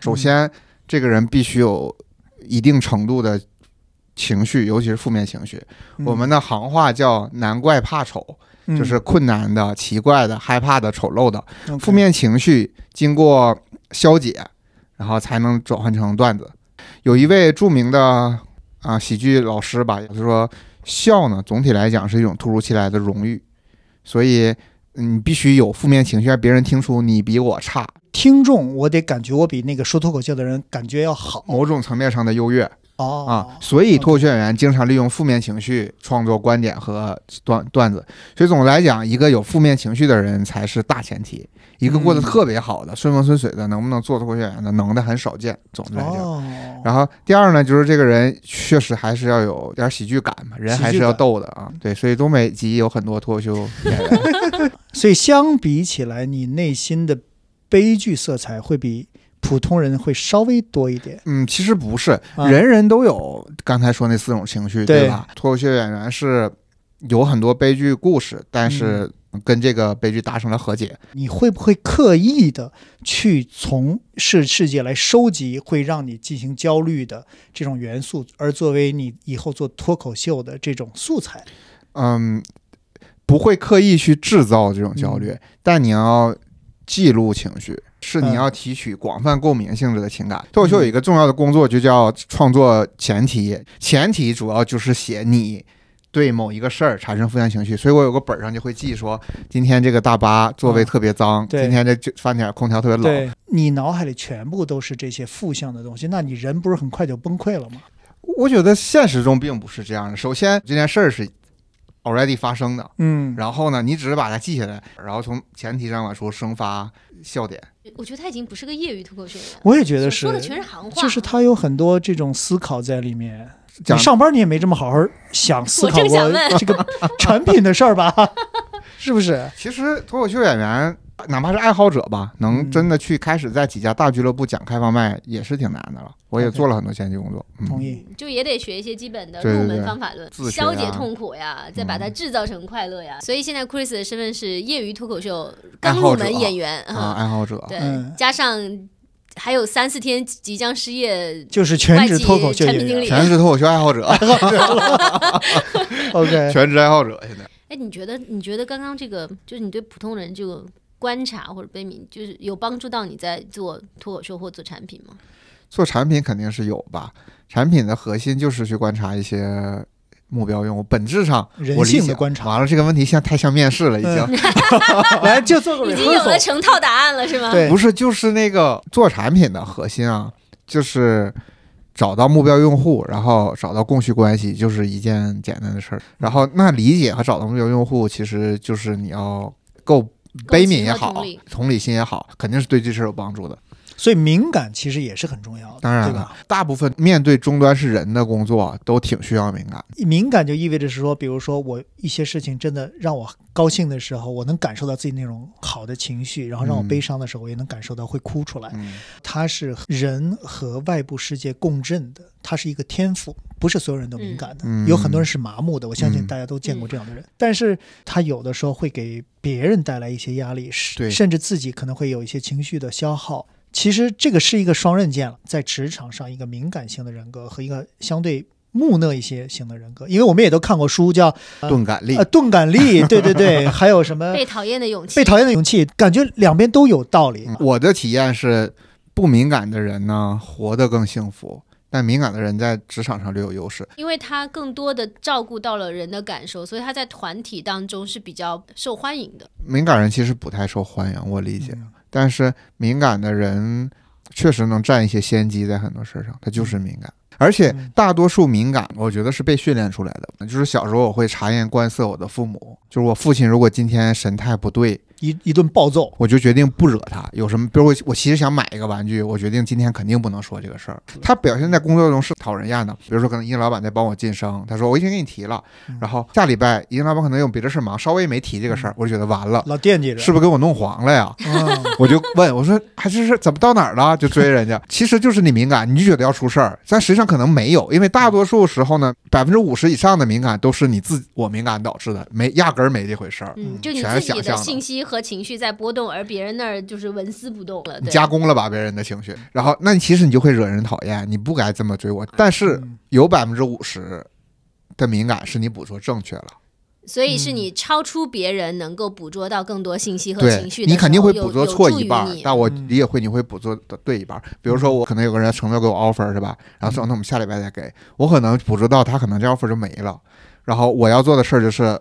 Speaker 2: 首先，这个人必须有一定程度的情绪，尤其是负面情绪。
Speaker 1: 嗯
Speaker 2: 我们的行话叫“难怪怕丑”，
Speaker 1: 嗯
Speaker 2: 就是困难的、奇怪的、害怕的、丑陋的
Speaker 1: OK
Speaker 2: 负面情绪，经过消解，然后才能转换成段子。有一位著名的啊、喜剧老师吧，他说笑呢，总体来讲是一种突如其来的荣誉，所以嗯你必须有负面情绪，让别人听出你比我差，
Speaker 1: 听众，我得感觉我比那个说脱口秀的人感觉要好
Speaker 2: 某种层面上的优越。
Speaker 1: 哦
Speaker 2: 啊，所以脱口秀演员经常利用负面情绪创作观点和段段子。所以总的来讲，一个有负面情绪的人才是大前提。一个过得
Speaker 1: 嗯
Speaker 2: 特别好的、顺风顺水的，能不能做脱口秀演员的，能的很少见。总的来讲。
Speaker 1: 哦，
Speaker 2: 然后第二呢，就是这个人确实还是要有点喜剧感嘛，人还是要逗的啊。对，所以东北籍有很多脱口秀演员，
Speaker 1: 所以相比起来，你内心的悲剧色彩会比普通人会稍微多一点。
Speaker 2: 嗯，其实不是，
Speaker 1: 啊
Speaker 2: 人人都有刚才说那四种情绪，
Speaker 1: 对
Speaker 2: 对吧？脱口秀演员是有很多悲剧故事，但是
Speaker 1: 嗯
Speaker 2: 跟这个悲剧达成了和解。
Speaker 1: 你会不会刻意的去从世世界来收集会让你进行焦虑的这种元素，而作为你以后做脱口秀的这种素材？
Speaker 2: 嗯，不会刻意去制造这种
Speaker 1: 嗯
Speaker 2: 焦虑，但你要记录情绪，是
Speaker 1: 嗯
Speaker 2: 你要提取广泛共鸣性质的情感。脱口秀有一个重要的工作，就叫创作前提，前提主要就是写你。对某一个事儿产生负面情绪，所以我有个本儿上就会记说，今天这个大巴座位
Speaker 1: 嗯
Speaker 2: 特别脏，
Speaker 1: 对
Speaker 2: 今天这就饭点儿空调特别冷，
Speaker 1: 你脑海里全部都是这些负向的东西，那你人不是很快就崩溃了吗？
Speaker 2: 我觉得现实中并不是这样的。首先，这件事儿是 already 发生的，
Speaker 1: 嗯，
Speaker 2: 然后呢，你只是把它记下来，然后从前提上来说生发笑点。
Speaker 3: 我觉得他已经不是个业余脱口秀演员了，
Speaker 1: 我也觉得
Speaker 3: 所说的
Speaker 1: 是
Speaker 3: 全是行话。
Speaker 1: 就是他有很多这种思考在里面。
Speaker 2: 讲
Speaker 1: 你上班你也没这么好好想思考
Speaker 3: 我正
Speaker 1: 过
Speaker 3: 想问
Speaker 1: 这个产品的事儿 吧？是不是？
Speaker 2: 其实脱口秀演员，哪怕是爱好者吧，能
Speaker 1: 嗯
Speaker 2: 真的去开始在几家大俱乐部讲开放麦，也是挺难的了。我也
Speaker 1: OK
Speaker 2: 做了很多前期工作，
Speaker 1: 同
Speaker 2: 嗯，
Speaker 1: 意。
Speaker 3: 就也得学一些基本的
Speaker 2: 对对
Speaker 3: 入
Speaker 2: 对
Speaker 3: 门方法论，
Speaker 2: 自学
Speaker 3: 消解
Speaker 2: 啊
Speaker 3: 痛苦呀，再把它
Speaker 2: 嗯
Speaker 3: 制造成快乐呀。所以现在 Chris 的身份是业余脱口秀
Speaker 2: 爱
Speaker 3: 刚
Speaker 2: 好
Speaker 3: 入
Speaker 2: 者
Speaker 3: 门演员
Speaker 2: 啊，
Speaker 3: 啊，
Speaker 2: 爱好者，
Speaker 3: 对
Speaker 1: 嗯，
Speaker 3: 加上还有三四天即将失业，
Speaker 1: 就是全职脱口秀
Speaker 3: 嗯外
Speaker 1: 演
Speaker 3: 籍产品经
Speaker 1: 员
Speaker 3: 理
Speaker 2: 全是脱口秀爱好者，
Speaker 1: ，OK，
Speaker 2: 全职爱好者。现在
Speaker 3: 哎，你觉得你觉得刚刚这个就是你对普通人这个观察或者悲悯，就是有帮助到你在做脱口秀或做产品吗？
Speaker 2: 做产品肯定是有吧，产品的核心就是去观察一些目标用户，本质上
Speaker 1: 人
Speaker 2: 我理
Speaker 1: 性的
Speaker 2: 解
Speaker 1: 观 察
Speaker 2: 完了，这个问题现在太像面试了，已经、
Speaker 1: 来就做个
Speaker 3: 已经有
Speaker 1: rehearsal
Speaker 3: 了成套答案了是吗？
Speaker 1: 对
Speaker 2: 不是就是那个做产品的核心啊，就是找到目标用户，然后找到供需关系，就是一件简单的事儿。然后那理解和找到目标用户，其实就是你要够
Speaker 3: 共
Speaker 2: 悲
Speaker 3: 情
Speaker 2: 悯也
Speaker 3: 和
Speaker 2: 好，
Speaker 3: 同理
Speaker 2: 同理心也好，肯定是对这事儿有帮助的。
Speaker 1: 所以敏感其实也是很重要的，
Speaker 2: 当然
Speaker 1: 对
Speaker 2: 了
Speaker 1: 吧？，
Speaker 2: 大部分面对终端是人的工作，都挺需要敏感。
Speaker 1: 敏感就意味着是说，比如说我一些事情真的让我高兴的时候，我能感受到自己那种好的情绪，然后让我
Speaker 2: 嗯
Speaker 1: 悲伤的时候，我也能感受到会哭出来。
Speaker 2: 嗯，
Speaker 1: 它是人和外部世界共振的，它是一个天赋，不是所有人都敏感的，
Speaker 2: 嗯
Speaker 1: 有很多人是麻木的。我相信
Speaker 2: 嗯
Speaker 1: 大家都见过这样的人，但是他有的时候会给别人带来一些压力，是
Speaker 2: 对
Speaker 1: 甚至自己可能会有一些情绪的消耗。其实这个是一个双刃剑了，在职场上，一个敏感性的人格和一个相对木讷一些型的人格，因为我们也都看过书叫
Speaker 2: 钝感力
Speaker 1: 呃，钝感力，对对 对，还有什么
Speaker 3: 被讨厌的勇气，
Speaker 1: 被讨厌的勇气，感觉两边都有道理。
Speaker 2: 嗯我的体验是，不敏感的人呢，活得更幸福。但敏感的人在职场上略有优势，
Speaker 3: 因为他更多的照顾到了人的感受，所以他在团体当中是比较受欢迎的。
Speaker 2: 敏感人其实不太受欢迎，我理解。
Speaker 1: 嗯
Speaker 2: 但是敏感的人确实能占一些先机，在很多事上，他就是敏感。而且
Speaker 1: 嗯
Speaker 2: 大多数敏感，我觉得是被训练出来的。就是小时候我会察言观色我的父母，就是我父亲如果今天神态不对，
Speaker 1: 一一顿暴揍，
Speaker 2: 我就决定不惹他。有什么，比如我我其实想买一个玩具，我决定今天肯定不能说这个事儿。他表现在工作中是讨人厌的，比如说可能英老板在帮我晋升，他说我已经给你提了
Speaker 1: 嗯，
Speaker 2: 然后下礼拜英老板可能有别的事儿忙，稍微没提这个事儿，我就觉得完了，
Speaker 1: 老惦记着，
Speaker 2: 啊是不是给我弄黄了呀？
Speaker 1: 啊，
Speaker 2: 我就问我说，还是是怎么到哪儿了？就追人家， 其实就是你敏感，你就觉得要出事儿，但实际上可能没有，因为大多数时候呢，百分之五十以上的敏感都是你自我敏感导致的，没压根儿没这回事儿，
Speaker 3: 嗯，
Speaker 1: 嗯
Speaker 3: 就你
Speaker 2: 全是
Speaker 3: 自己
Speaker 2: 想象
Speaker 3: 的
Speaker 2: 的
Speaker 3: 信息和情绪在波动，而别人那儿就是纹丝不动了。
Speaker 2: 你
Speaker 3: 对
Speaker 2: 加工了吧别人的情绪，然后那你其实你就会惹人讨厌，你不该这么追我，但是
Speaker 1: 嗯
Speaker 2: 有百分之五十的敏感是你捕捉正确了，
Speaker 3: 所以
Speaker 2: 嗯
Speaker 3: 是你超出别人能够捕捉到更多信息和
Speaker 2: 对
Speaker 3: 情绪，的时候，
Speaker 2: 你肯定会捕
Speaker 3: 有
Speaker 2: 捉
Speaker 3: 有
Speaker 2: 错
Speaker 3: 助
Speaker 2: 一
Speaker 3: 于
Speaker 2: 半儿
Speaker 3: 你，
Speaker 2: 但我
Speaker 1: 嗯
Speaker 2: 理解会你会捕捉的对一半儿。比如说我可能有个人承诺给我 offer 是吧，
Speaker 1: 嗯
Speaker 2: 然后说那我们下礼拜再给，我可能捕捉到他可能这 offer 就没了，然后我要做的事儿就是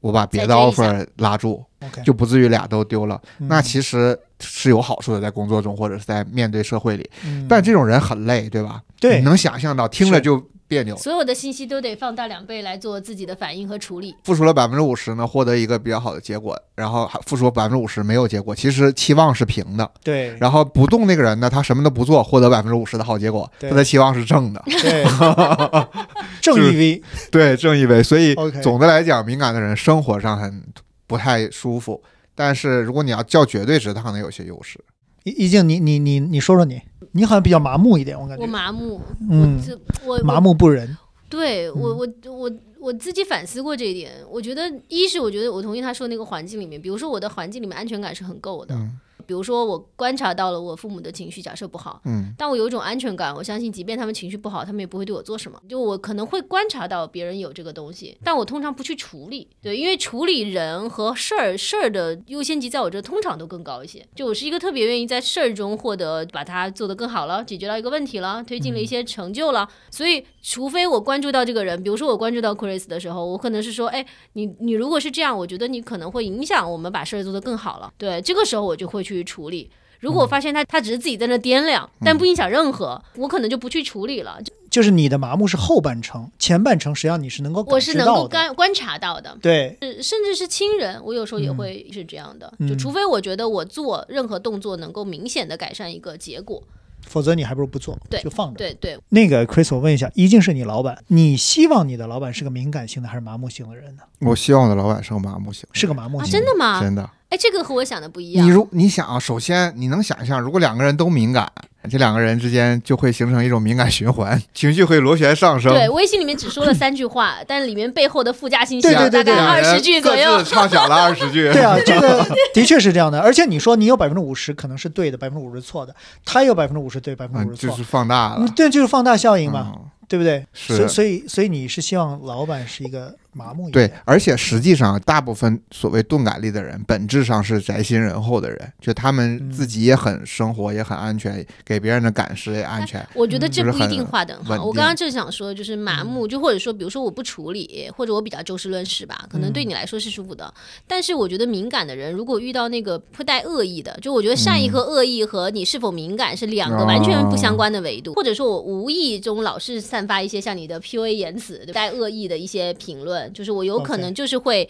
Speaker 2: 我把别
Speaker 3: 再
Speaker 2: 的
Speaker 3: 追一下
Speaker 2: offer 拉住，
Speaker 1: OK，
Speaker 2: 就不至于俩都丢了。那
Speaker 1: 嗯
Speaker 2: 其实是有好处的，在工作中或者是在面对社会里，
Speaker 1: 嗯
Speaker 2: 但这种人很累，对吧？
Speaker 1: 对
Speaker 2: 你能想象到，听
Speaker 1: 是
Speaker 2: 着就别扭。
Speaker 3: 所有的信息都得放大两倍来做自己的反应和处理。
Speaker 2: 付出了百分之五十呢，获得一个比较好的结果，然后还付出百分之五十没有结果，其实期望是平的。
Speaker 1: 对，
Speaker 2: 然后不动那个人呢，他什么都不做，获得百分之五十的好结果，
Speaker 1: 对
Speaker 2: 他的期望是正 的，
Speaker 1: 对， 正
Speaker 2: 就
Speaker 1: 义
Speaker 2: 是
Speaker 1: V
Speaker 2: 对正意味。所以
Speaker 1: OK
Speaker 2: 总的来讲，敏感的人生活上很不太舒服，但是如果你要较绝对值，他可能有些优势。
Speaker 1: 一一静，你你你你说说你，你好像比较麻木一点，我感
Speaker 3: 我
Speaker 1: 觉，
Speaker 3: 麻木，
Speaker 1: 嗯
Speaker 3: 我这我我
Speaker 1: 麻木嗯不仁，
Speaker 3: 对我我我我自己反思过这一点，我觉得一是我觉得我同意他说那个环境里面，比如说我的环境里面安全感是很够的，
Speaker 2: 嗯
Speaker 3: 比如说我观察到了我父母的情绪假设不好。
Speaker 2: 嗯
Speaker 3: 但我有一种安全感，我相信，即便他们情绪不好，他们也不会对我做什么。就我可能会观察到别人有这个东西，但我通常不去处理，对，因为处理人和事儿事儿的优先级在我这通常都更高一些。就我是一个特别愿意在事儿中获得，把它做得更好了，解决到一个问题了，推进了一些成就了。所以，除非我关注到这个人，比如说我关注到 Chris 的时候，我可能是说，哎，你你如果是这样，我觉得你可能会影响我们把事儿做得更好了。对，这个时候我就会去处理。如
Speaker 1: 嗯
Speaker 3: 果我发现他他只是自己在那掂量，但不影响任何，我可能就不去处理了。就
Speaker 1: 就是你的麻木是后半程，前半程实际上你是能够
Speaker 3: 我
Speaker 1: 感
Speaker 3: 是
Speaker 1: 知
Speaker 3: 能
Speaker 1: 到
Speaker 3: 够
Speaker 1: 的，
Speaker 3: 观观察到的。
Speaker 1: 对，
Speaker 3: 是甚至是亲人，我有时候也会是这样的，
Speaker 1: 嗯
Speaker 3: 就除非我觉得我做任何动作能够明显的改善一个结果，
Speaker 1: 否则你还不如不做，
Speaker 3: 对
Speaker 1: 就放着。
Speaker 3: 对对，
Speaker 1: 那个 Chris，我问一下，一静是你老板，你希望你的老板是个敏感型的还是麻木型的人呢？
Speaker 2: 我希望我的老板是个麻木型，
Speaker 1: 是个麻木
Speaker 3: 啊，
Speaker 1: 型，
Speaker 3: 真的吗？
Speaker 2: 真的。
Speaker 3: 哎，这个和我想的不一
Speaker 2: 你
Speaker 3: 样。
Speaker 2: 如你想啊，首先你能想象，如果两个人都敏感，这两个人之间就会形成一种敏感循环，情绪会螺旋上升。
Speaker 3: 对，微信里面只说了三句话， 但里面背后的附加信息
Speaker 1: 对
Speaker 3: 有
Speaker 1: 对对
Speaker 3: 大
Speaker 1: 对
Speaker 3: 概
Speaker 2: 两
Speaker 3: 二
Speaker 2: 人
Speaker 3: 十句左右
Speaker 2: 各。 自畅想了二十 句。
Speaker 1: 对啊，这个 的确是这样的。而且你说你有百分之五十可能是对的，百分之五十错的，他有百分之五十对，百分之
Speaker 2: 嗯
Speaker 1: 五，十
Speaker 2: 就
Speaker 1: 错
Speaker 2: 是，放大了
Speaker 1: 嗯。对，就是放大效应嘛。
Speaker 2: 嗯
Speaker 1: 对不对？所以
Speaker 2: 是
Speaker 1: 所以所以你是希望老板是一个麻木一点
Speaker 2: 对，，而且实际上，大部分所谓钝感力的人，本质上是宅心仁厚的人，就他们自己也很生活，也很安全，给别人的感受也安全。
Speaker 3: 我觉得
Speaker 1: 嗯
Speaker 3: 这
Speaker 2: 就是
Speaker 3: 不一
Speaker 2: 很
Speaker 3: 定划等
Speaker 2: 稳
Speaker 3: 号。
Speaker 2: 定嗯
Speaker 3: 我刚刚就想说，就是麻木，就或者说，比如说我不处理，或者我比较就事论事吧，可能
Speaker 2: 嗯
Speaker 3: 对你来说是舒服的。但是我觉得敏感的人，如果遇到那个会带恶意的，就我觉得善意和恶意和你是否敏感是两
Speaker 2: 嗯
Speaker 3: 个
Speaker 2: 哦
Speaker 3: 完全不相关的维度。或者说我无意中老是散发一些像你的 PUA 言辞，对吧带恶意的一些评论，就是我有可
Speaker 1: OK
Speaker 3: 能就是会。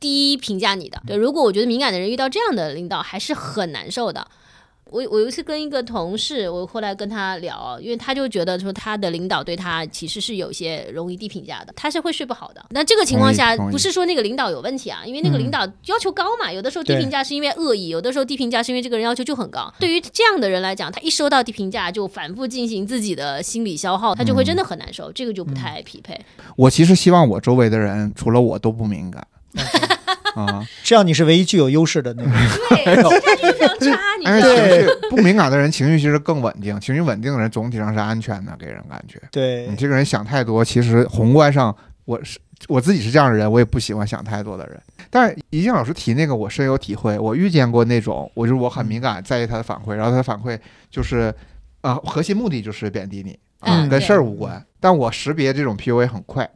Speaker 3: 低评价你的，对，如果我觉得敏感的人遇到这样的领导还是很难受的，我我有一次跟一个同事，我后来跟他聊，因为他就觉得说他的领导对他其实是有些容易低评价的，他是会睡不好的。那这个情况下，
Speaker 2: 同意同意
Speaker 3: 不是说那个领导有问题啊，因为那个
Speaker 1: 嗯
Speaker 3: 领导要求高嘛，有的时候低
Speaker 1: 对
Speaker 3: 评价是因为恶意，有的时候低评价是因为这个人要求就很高。对于这样的人来讲，他一收到低评价就反复进行自己的心理消耗，他
Speaker 1: 嗯
Speaker 3: 就会真的很难受，这个就不太匹配。
Speaker 2: 我其实希望我周围的人，除了我都不敏感啊，
Speaker 1: 这样你是唯一具有优势的那个 人。
Speaker 3: 对，其实他就是非常差，你
Speaker 2: 而
Speaker 1: 哎
Speaker 3: 知
Speaker 2: 且
Speaker 3: 道吗？
Speaker 2: 情绪不敏感的人，情绪其实更稳定，情绪稳定的人总体上是安全的，给人感觉。
Speaker 1: 对
Speaker 2: 你，这个人想太多，其实宏观上我是我自己是这样的人，我也不喜欢想太多的人。但是怡静老师提那个，我深有体会，我遇见过那种，我就是我很敏感，在意他的反馈，然后他的反馈就是，啊、核心目的就是贬低你啊，
Speaker 1: 嗯
Speaker 2: 跟
Speaker 3: 对
Speaker 2: 事儿无关。但我识别这种 PUA 很快，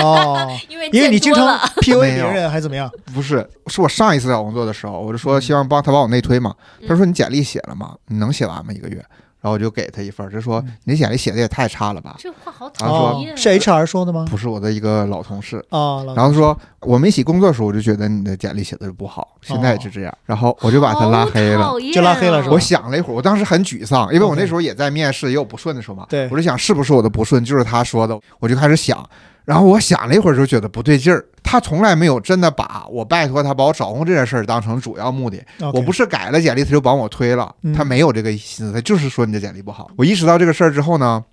Speaker 1: 哦，
Speaker 3: 因为
Speaker 1: 因为
Speaker 3: 见
Speaker 1: 你经
Speaker 3: 多
Speaker 1: 常
Speaker 3: 了
Speaker 1: PUA
Speaker 2: 没
Speaker 1: 别
Speaker 2: 有
Speaker 1: 人还怎么样？
Speaker 2: 不是，是我上一次找工作的时候，我就说希望帮他帮我内推嘛。
Speaker 3: 嗯
Speaker 2: 他说你简历写了吗？你能写完吗？一个月？然后我就给他一份儿，就说
Speaker 1: 嗯
Speaker 2: 你简历写的也太差了吧。
Speaker 3: 这话好
Speaker 2: 然后
Speaker 3: 讨
Speaker 1: 哦
Speaker 3: 厌，啊，
Speaker 1: 是 HR 说的吗？
Speaker 2: 不是我的一个老同事，
Speaker 1: 哦，老
Speaker 2: 然后说我们一起工作的时候，我就觉得你的简历写的不
Speaker 1: 哦
Speaker 2: 好，现在也是这样。然后我就把他拉黑了。
Speaker 3: 好讨厌
Speaker 1: 就拉黑了
Speaker 3: 啊
Speaker 1: 是吧
Speaker 2: 我想了一会儿，我当时很沮丧，因为我
Speaker 1: OK
Speaker 2: 那时候也在面试，也有不顺的时候嘛。
Speaker 1: 对
Speaker 2: 我就想是不是我的不顺就是他说的，我就开始想。然后我想了一会儿，就觉得不对劲儿。他从来没有真的把我拜托他把我找工这件事儿当成主要目的。我不
Speaker 1: 是
Speaker 2: 是改了简历他就帮我推了
Speaker 1: 嗯，
Speaker 2: 他没有这个心思，他就是说你的简历不好。我意识到这个事儿之后呢，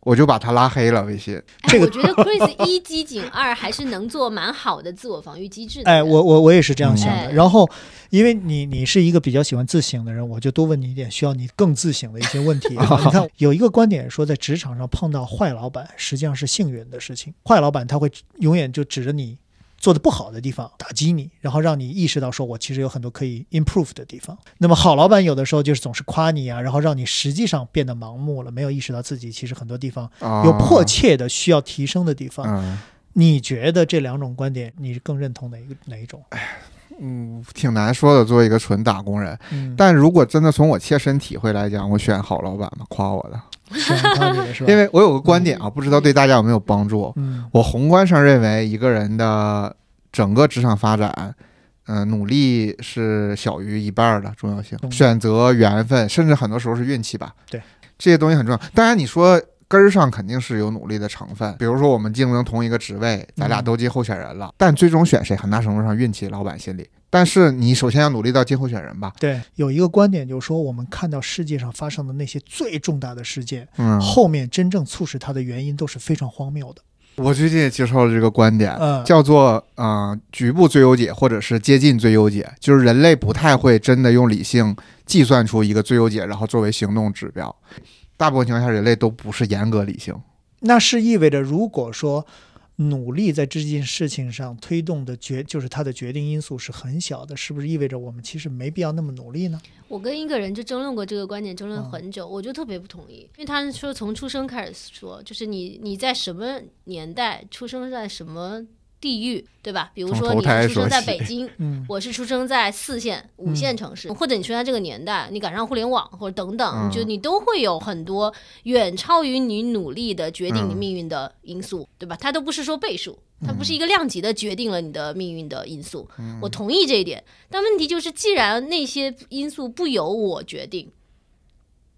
Speaker 2: 我就把他拉黑了微信。
Speaker 3: 哎
Speaker 1: 这个
Speaker 3: 我觉得 Chris 一机警二还是能做蛮好的自我防御机制的。
Speaker 1: 哎，我我我也是这样想的。
Speaker 3: 嗯
Speaker 1: 然后，因为你你是一个比较喜欢自省的人，我就多问你一点需要你更自省的一些问题。你看，有一个观点说，在职场上碰到坏老板，实际上是幸运的事情。坏老板他会永远就指着你。做的不好的地方打击你，然后让你意识到说，我其实有很多可以 improve 的地方。那么好老板有的时候就是总是夸你啊，然后让你实际上变得盲目了，没有意识到自己其实很多地方有
Speaker 2: 有
Speaker 1: 迫切的需要提升的地方。
Speaker 2: 啊嗯
Speaker 1: 你觉得这两种观点，你更认同哪一个哪一种？
Speaker 2: 嗯，挺难说的。作为一个纯打工人，
Speaker 1: 嗯，
Speaker 2: 但如果真的从我切身体会来讲，我选好老板吧，夸我的，
Speaker 1: 选到你的是吧？
Speaker 2: 因为我有个观点啊，不知道对大家有没有帮助。
Speaker 1: 嗯
Speaker 2: 我宏观上认为，一个人的整个职场发展，嗯、努力是小于一半儿的重要性，
Speaker 1: 嗯
Speaker 2: 选择、缘分，甚至很多时候是运气吧。
Speaker 1: 对，
Speaker 2: 这些东西很重要。当然，你说根儿上肯定是有努力的成分，比如说我们竞争同一个职位，咱俩
Speaker 1: 嗯
Speaker 2: 都进候选人了，但最终选谁，很大程度上运气，老板心里。但是你首先要努力到进候选人吧，
Speaker 1: 对，有一个观点就是说，我们看到世界上发生的那些最重大的事件，
Speaker 2: 嗯，
Speaker 1: 后面真正促使它的原因都是非常荒谬的。
Speaker 2: 我最近也接受了这个观点，
Speaker 1: 嗯
Speaker 2: 叫做啊、呃局部最优解或者是接近最优解，就是人类不太会真的用理性计算出一个最优解，然后作为行动指标。大部分情况下，人类都不是严格理性。
Speaker 1: 那是意味着，如果说努力在这件事情上推动的决，就是它的决定因素是很小的，是不是意味着我们其实没必要那么努力呢？
Speaker 3: 我跟一个人就争论过这个观点，争论
Speaker 2: 嗯
Speaker 3: 很久，我就特别不同意，因为他说从出生开始说，就是你你在什么年代出生在什么地域，对吧？比如
Speaker 2: 从
Speaker 3: 说
Speaker 2: 投
Speaker 3: 你
Speaker 2: 胎
Speaker 3: 是出生
Speaker 2: 说
Speaker 3: 在
Speaker 2: 起
Speaker 3: 北京，
Speaker 1: 嗯，
Speaker 3: 我是出生在四线、五
Speaker 2: 嗯
Speaker 3: 线城市，或者你出生在这个年代，你赶上互联网或者等等，
Speaker 2: 嗯
Speaker 3: 就你都会有很多远超于你努力的决定你
Speaker 2: 嗯
Speaker 3: 命运的因素，对吧？它都不是说倍数，它不是一个量级的决定了你的命运的因素。
Speaker 2: 嗯
Speaker 3: 我同意这一点，但问题就是，既然那些因素不由我决定。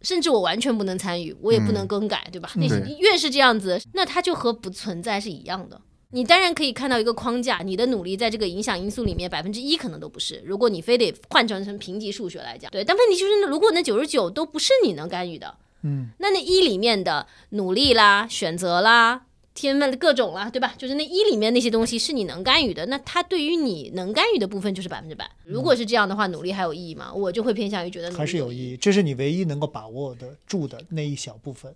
Speaker 3: 甚至我完全不能参与，我也不能更改，对吧？那些
Speaker 2: 对
Speaker 3: 越是这样子，那它就和不存在是一样的。你当然可以看到一个框架，你的努力在这个影响因素里面百分之一可能都不是。如果你非得换算成评级数学来讲，对，但问题就是，如果那九十九都不是你能干预的，
Speaker 1: 嗯，
Speaker 3: 那那一里面的努力啦、选择啦、天分各种啦，对吧？就是那一里面那些东西是你能干预的，那它对于你能干预的部分就是百分之百。如果是这样的话，努力还有意义吗？我就会偏向于觉得努力
Speaker 1: 嗯还是有
Speaker 3: 意
Speaker 1: 意义，这是你唯一能够把握得住的那一小部分。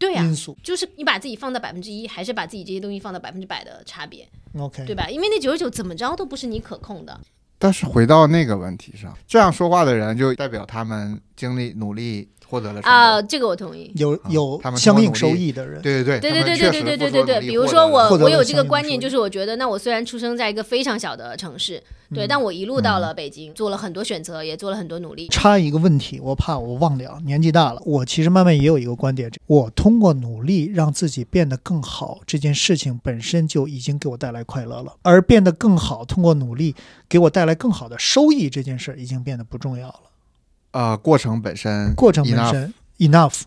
Speaker 3: 对呀、
Speaker 1: 因素。
Speaker 3: 就是你把自己放到百分之一，还是把自己这些东西放到百分之百的差别，
Speaker 1: OK，
Speaker 3: 对吧？因为那九十九怎么着都不是你可 控的。
Speaker 2: 但是回到那个问题上，这样说话的人就代表他们经历努力获得了成
Speaker 3: 啊、
Speaker 2: 功。
Speaker 3: 这个我同意。
Speaker 1: 有
Speaker 2: 啊
Speaker 1: 有
Speaker 2: 他们通
Speaker 1: 相
Speaker 2: 过
Speaker 1: 应
Speaker 2: 努
Speaker 1: 收
Speaker 2: 力
Speaker 1: 益的人，
Speaker 2: 对对
Speaker 3: 对
Speaker 2: 对
Speaker 3: 对对对对对对对，比如
Speaker 2: 说
Speaker 3: 说我
Speaker 1: 获得
Speaker 3: 我
Speaker 1: 了
Speaker 3: 有这
Speaker 1: 相
Speaker 3: 个
Speaker 1: 应
Speaker 3: 观
Speaker 1: 的收
Speaker 3: 念，
Speaker 1: 益
Speaker 3: 就是我觉得，那我虽然出生在一个非常小的城市，对，
Speaker 1: 嗯
Speaker 3: 但我一路到了北京，做了很多选择，也做了很多努力。
Speaker 1: 插一个问题，我怕我忘了，年纪大了，我其实慢慢也有一个观点，我通过努力让自己变得更好这件事情本身就已经给我带来快乐了，而变得更好，通过努力给我带来更好的收益这件事已经变得不重要了，
Speaker 2: 呃，过程本身
Speaker 1: 过程本
Speaker 2: enough
Speaker 1: 身 enough，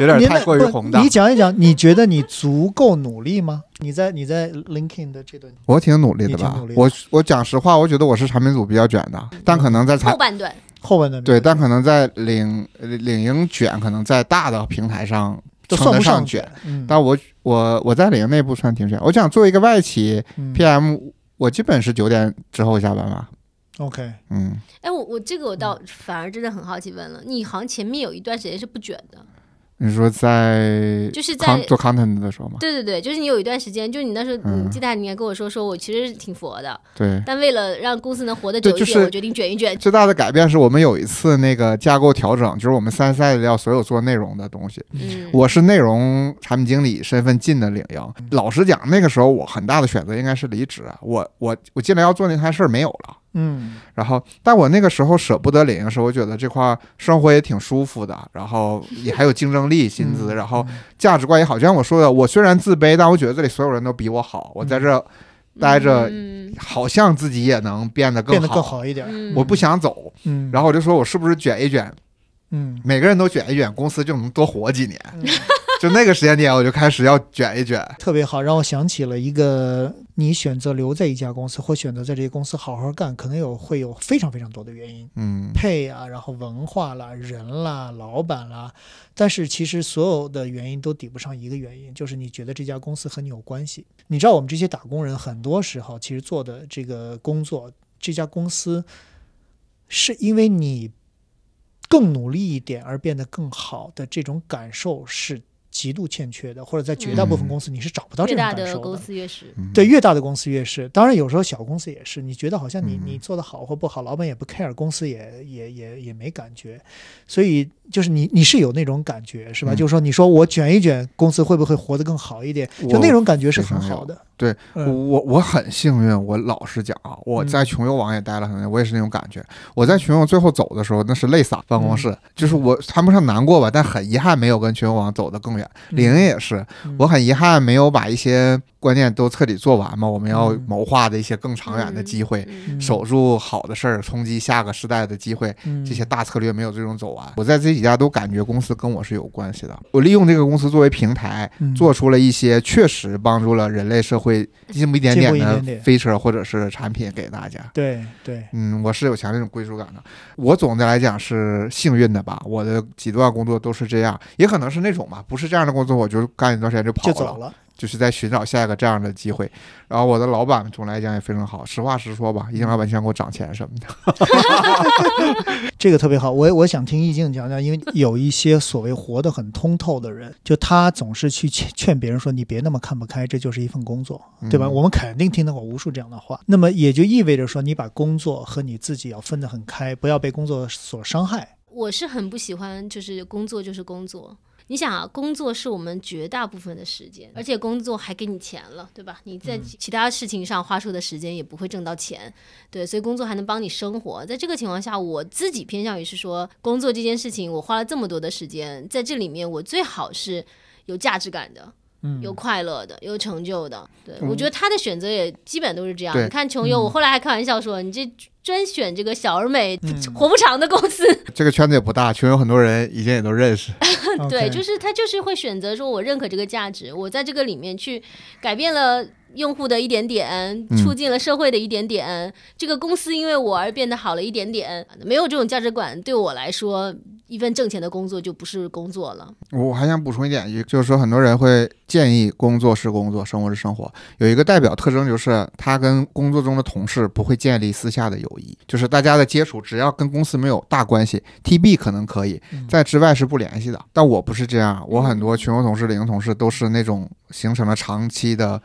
Speaker 2: 有
Speaker 1: 您
Speaker 2: 点太
Speaker 1: 的
Speaker 2: 过于
Speaker 1: 不
Speaker 2: 宏大
Speaker 1: 你。讲一讲，你觉得你足够努力吗？你在你在 LinkedIn 的这段，
Speaker 2: 我挺努力的
Speaker 1: 你挺
Speaker 2: 吧
Speaker 1: 努力？的
Speaker 2: 我我讲实话，我觉得我是产品组比较卷的，但可能在
Speaker 3: 后
Speaker 2: 产
Speaker 3: 半段，
Speaker 1: 后半段没有
Speaker 2: 对，但可能在领领英卷，可能在大的平台上
Speaker 1: 都
Speaker 2: 称
Speaker 1: 算
Speaker 2: 得
Speaker 1: 不
Speaker 2: 上
Speaker 1: 上
Speaker 2: 卷。，
Speaker 1: 嗯，
Speaker 2: 但我我我在领英内部算挺卷。我想做一个外企
Speaker 1: 嗯
Speaker 2: PM，我基本是九点之后下班吧。
Speaker 1: OK，
Speaker 2: 嗯，
Speaker 3: 哎，我我这个我倒反而真的很好奇问了，你好像前面有一段时间是不卷的，
Speaker 2: 你说在
Speaker 3: 就是在
Speaker 2: con 做 content 的时候嘛？
Speaker 3: 对对对，就是你有一段时间，就是你那时候，
Speaker 2: 嗯
Speaker 3: 你记得你还跟我说，说我其实挺佛的，
Speaker 2: 对。
Speaker 3: 但为了让公司能活得
Speaker 2: 对
Speaker 3: 久一
Speaker 2: 就
Speaker 3: 点，
Speaker 2: 是
Speaker 3: 我决定卷一卷。
Speaker 2: 最大的改变是我们有一次那个架构调整，就是我们三赛要所有做内容的东西，
Speaker 3: 嗯，
Speaker 2: 我是内容产品经理身份进的领英。老实讲，那个时候我很大的选择应该是离职啊，我我我进来要做那摊事儿没有了。
Speaker 1: 嗯
Speaker 2: 然后，但我那个时候舍不得领英，是我觉得这块儿生活也挺舒服的，然后也还有竞争力、薪资，
Speaker 1: 嗯
Speaker 2: 然后价值观也好。就像我说的，我虽然自卑，但我觉得这里所有人都比我好，我在这待着
Speaker 3: 嗯
Speaker 2: 好像自己也能变得更
Speaker 1: 变得
Speaker 2: 好。
Speaker 1: 更好一点，
Speaker 3: 嗯
Speaker 2: 我不想走，
Speaker 1: 嗯，
Speaker 2: 然后我就说我是不是卷一卷，
Speaker 1: 嗯
Speaker 2: 每个人都卷一卷，公司就能多活几年。
Speaker 1: 嗯
Speaker 2: 就那个时间点，我就开始要卷一卷。
Speaker 1: 特别好，让我想起了一个，你选择留在一家公司或选择在这个公司好好干，可能有会有非常非常多的原因，
Speaker 2: 嗯，
Speaker 1: 配啊，然后文化啦、人啦、老板啦，但是其实所有的原因都抵不上一个原因，就是你觉得这家公司和你有关系。你知道我们这些打工人，很多时候其实做的这个工作，这家公司是因为你更努力一点而变得更好的这种感受是极度欠缺的，或者在绝大部分
Speaker 2: 嗯
Speaker 1: 公司你是找不到这
Speaker 3: 越
Speaker 1: 种
Speaker 3: 大
Speaker 1: 感
Speaker 3: 的
Speaker 1: 受
Speaker 3: 公
Speaker 1: 的。
Speaker 3: 司越是，
Speaker 2: 嗯
Speaker 1: 对，，越大的公司越是，当然有时候小公司也是，你觉得好像你
Speaker 2: 嗯
Speaker 1: 你做的好或不好，老板也不 care，公司也也也也没感觉，所以就是你你是有那种感觉是吧？
Speaker 2: 嗯
Speaker 1: 就是说你说我卷一卷，公司会不会活得更好一点？就那
Speaker 2: 我
Speaker 1: 种感觉是很
Speaker 2: 非常有
Speaker 1: 好的。
Speaker 2: 对我
Speaker 1: 嗯，
Speaker 2: 我我很幸运，我老实讲啊，我在
Speaker 1: 嗯
Speaker 2: 穷游网也待了很久，我也是那种感觉。我在穷游最后走的时候，那是累傻办公
Speaker 1: 嗯
Speaker 2: 室，就是我谈不上难过吧，但很遗憾没有跟穷游网走得更远。领英也是，
Speaker 1: 嗯
Speaker 2: 我很遗憾没有把一些观念都彻底做完嘛，我们要
Speaker 1: 嗯
Speaker 2: 谋划的一些更长远的机会，
Speaker 3: 嗯
Speaker 1: 嗯
Speaker 2: 守住好的事儿，冲击下个时代的机会。
Speaker 1: 嗯
Speaker 2: 这些大策略没有最终走完，我在这几家都感觉公司跟我是有关系的。我利用这个公司作为平台，
Speaker 1: 嗯
Speaker 2: 做出了一些确实帮助了人类社会进步一点
Speaker 1: 进
Speaker 2: 点
Speaker 1: 步一
Speaker 2: 的
Speaker 1: 点点
Speaker 2: feature 或者是产品给大家。
Speaker 1: 对对，
Speaker 2: 嗯，我是有强烈的归属感的。我总的来讲是幸运的吧，我的几段工作都是这样，也可能是那种吧，不是这样的工作我就干一段时间就跑
Speaker 1: 就
Speaker 2: 了，
Speaker 1: 走了。
Speaker 2: 就是在寻找下一个这样的机会。然后我的老板总的来讲也非常好，实话实说吧，一
Speaker 1: 嗯
Speaker 2: 定老板想给我涨钱什么的。
Speaker 1: 这个特别好，我我想听易静讲讲，因为有一些所谓活得很通透的人，就他总是去劝劝别人说你别那么看不开，这就是一份工作，对吧？
Speaker 2: 嗯
Speaker 1: 我们肯定听到过无数这样的话，那么也就意味着说你把工作和你自己要分得很开，不要被工作所伤害。
Speaker 3: 我是很不喜欢，就是工作就是工作。你想啊，工作是我们绝大部分的时间，而且工作还给你钱了，对吧？你
Speaker 1: 嗯
Speaker 3: 在其其他事情上花出的时间也不会挣到钱，对，所以工作还能帮你生活。在这个情况下，我自己偏向于是说，工作这件事情，我花了这么多的时间在这里面，我最好是有价值感的，
Speaker 1: 嗯
Speaker 3: 有快乐的，有成就的。对、
Speaker 2: 嗯
Speaker 3: 我觉得他的选择也基本都是这样。
Speaker 2: 对
Speaker 3: 你看穷游，
Speaker 1: 嗯
Speaker 3: 我后来还开玩笑说，你这专选这个小而美、
Speaker 1: 嗯
Speaker 3: 活不长的公司。
Speaker 2: 这个圈子也不大，群有很多人已经也都认识。
Speaker 1: OK
Speaker 3: 对，就是他就是会选择说，我认可这个价值，我在这个里面去改变了用户的一点点，
Speaker 2: 嗯
Speaker 3: 促进了社会的一点点，这个公司因为我而变得好了一点点。没有这种价值观，对我来说，一份挣钱的工作就不是工作了。
Speaker 2: 我还想补充一点，也就是说，很多人会建议工作是工作，生活是生活。有一个代表特征就是，他跟工作中的同事不会建立私下的友谊，就是大家的接触只要跟公司没有大关系，TB 可能可以
Speaker 1: 嗯，
Speaker 2: 在之外是不联系的。但我不是这样，我很多群殴同事、领英同事都是那种形成了长期的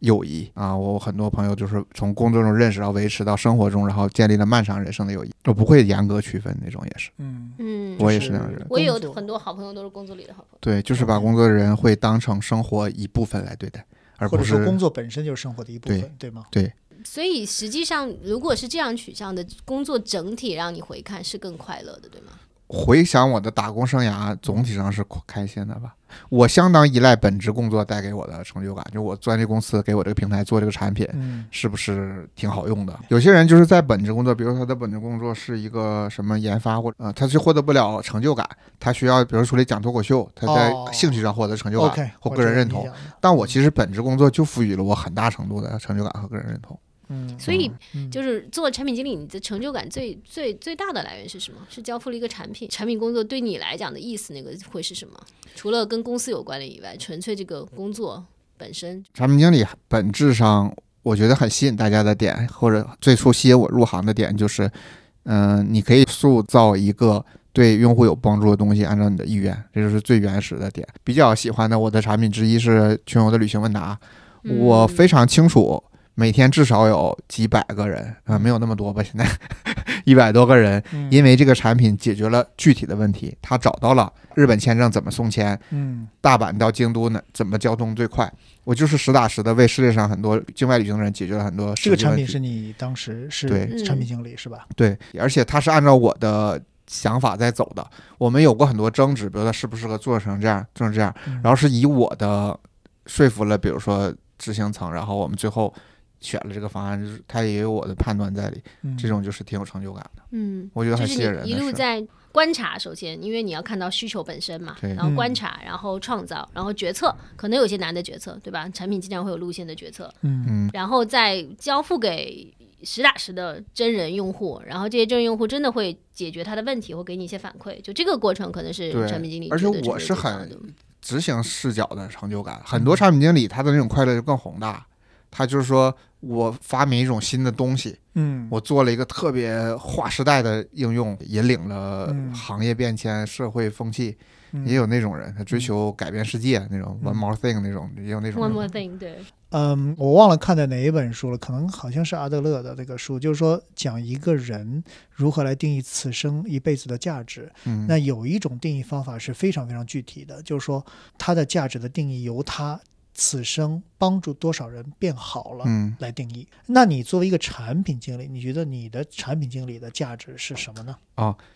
Speaker 2: 友谊啊。我很多朋友就是从工作中认识，然后维持到生活中，然后建立了漫长人生的友谊。我不会严格区分那种，也是
Speaker 1: 嗯，
Speaker 3: 嗯，
Speaker 2: 我也
Speaker 1: 就是是
Speaker 2: 那样的人。
Speaker 3: 我有
Speaker 1: 工作
Speaker 3: 很多好朋友都是工作里的好朋友。
Speaker 2: 对，就是把
Speaker 1: 嗯
Speaker 2: 工作的人会当成生活一部分来对待，而
Speaker 1: 或
Speaker 2: 不
Speaker 1: 者说
Speaker 2: 是
Speaker 1: 工作本身就是生活的一部分，对
Speaker 2: 对
Speaker 1: 吗？
Speaker 3: 所以实际上，如果是这样取向的工作，整体让你回看是更快乐的，对吗？
Speaker 2: 回想我的打工生涯，总体上是开心的吧。我相当依赖本职工作带给我的成就感，就我钻这公司给我这个平台做这个产品，
Speaker 1: 嗯，
Speaker 2: 是不是挺好用的？有些人就是在本职工作，比如说他的本职工作是一个什么研发或呃，他是获得不了成就感，他需要比如说来讲脱口秀，他在
Speaker 1: 哦
Speaker 2: 兴趣上获得成就
Speaker 1: OK，
Speaker 2: 感或
Speaker 1: 我
Speaker 2: 个
Speaker 1: 知
Speaker 2: 人
Speaker 1: 道
Speaker 2: 认
Speaker 1: 你
Speaker 2: 同
Speaker 1: 讲。的，
Speaker 2: 但我其实本职工作就赋予了我很大程度的成就感和个人认同。
Speaker 1: 嗯，
Speaker 3: 所以
Speaker 1: 嗯
Speaker 3: 就是做产品经理，你的成就感最最最大的来源是什么？是交付了一个产品，产品工作对你来讲的意思，那个会是什么？除了跟公司有关的以外，纯粹这个工作本身，
Speaker 2: 产品经理本质上，我觉得很吸引大家的点，或者最初吸引我入行的点就是，嗯、你可以塑造一个对用户有帮助的东西，按照你的意愿，这就是最原始的点。比较喜欢的我的产品之一是群游的旅行问答，
Speaker 3: 嗯
Speaker 2: 我非常清楚，每天至少有几百个人啊、没有那么多吧，现在 一百多个人，
Speaker 1: 嗯
Speaker 2: 因为这个产品解决了具体的问题，他找到了日本签证怎么送签，
Speaker 1: 嗯
Speaker 2: 大阪到京都呢，怎么交通最快？我就是实打实的为世界上很多境外旅行的人解决了很多实
Speaker 1: 这
Speaker 2: 际
Speaker 1: 个产
Speaker 2: 问
Speaker 1: 品
Speaker 2: 题
Speaker 1: 是你当时是
Speaker 2: 对
Speaker 1: 产
Speaker 3: 嗯
Speaker 1: 品经理是吧？
Speaker 2: 对，而且他是按照我的想法在走的。我们有过很多争执，比如他适不适合做成这样，做成这样，
Speaker 1: 嗯
Speaker 2: 然后是以我的说服了，比如说执行层，然后我们最后选了这个方案，就是他也有我的判断在里，
Speaker 1: 嗯
Speaker 2: 这种就是挺有成就感的，
Speaker 3: 嗯，
Speaker 2: 我觉得
Speaker 3: 就
Speaker 2: 很吸引
Speaker 3: 是
Speaker 2: 人
Speaker 3: 你一路
Speaker 2: 的是。
Speaker 3: 在观察，首先，因为你要看到需求本身嘛，
Speaker 2: 对
Speaker 3: 然后观
Speaker 1: 嗯
Speaker 3: 察，然后创造，然后决策，可能有些难的决策，对吧？产品经常会有路线的决策，
Speaker 1: 嗯
Speaker 2: 嗯，
Speaker 3: 然后再交付给实打实的真人用户，然后这些真人用户真的会解决他的问题，或给你一些反馈，就这个过程可能是
Speaker 2: 对
Speaker 3: 产品经理
Speaker 2: 而且
Speaker 3: 觉得
Speaker 2: 我
Speaker 3: 这
Speaker 2: 是
Speaker 3: 个地方
Speaker 2: 很
Speaker 3: 的
Speaker 2: 执行视角的成就感。
Speaker 1: 嗯
Speaker 2: 很多产品经理他的那种快乐就更宏大，他就是说我发明一种新的东西，
Speaker 1: 嗯，
Speaker 2: 我做了一个特别划时代的应用，引领了
Speaker 1: 嗯
Speaker 2: 行业变迁、社会风气。
Speaker 1: 嗯
Speaker 2: 也有那种人，他追求改变世界那种 one more thing 那种，也有那种
Speaker 3: one
Speaker 2: 人。
Speaker 3: more thing，对，
Speaker 1: 嗯，我忘了看的哪一本书了，可能好像是阿德勒的那个书，就是说讲一个人如何来定义此生一辈子的价值。
Speaker 2: 嗯，
Speaker 1: 那有一种定义方法是非常非常具体的，就是说他的价值的定义由他此生帮助多少人变好了。
Speaker 2: 嗯，
Speaker 1: 来定义。那你作为一个产品经理，你觉得你的产品经理的价值是什么呢？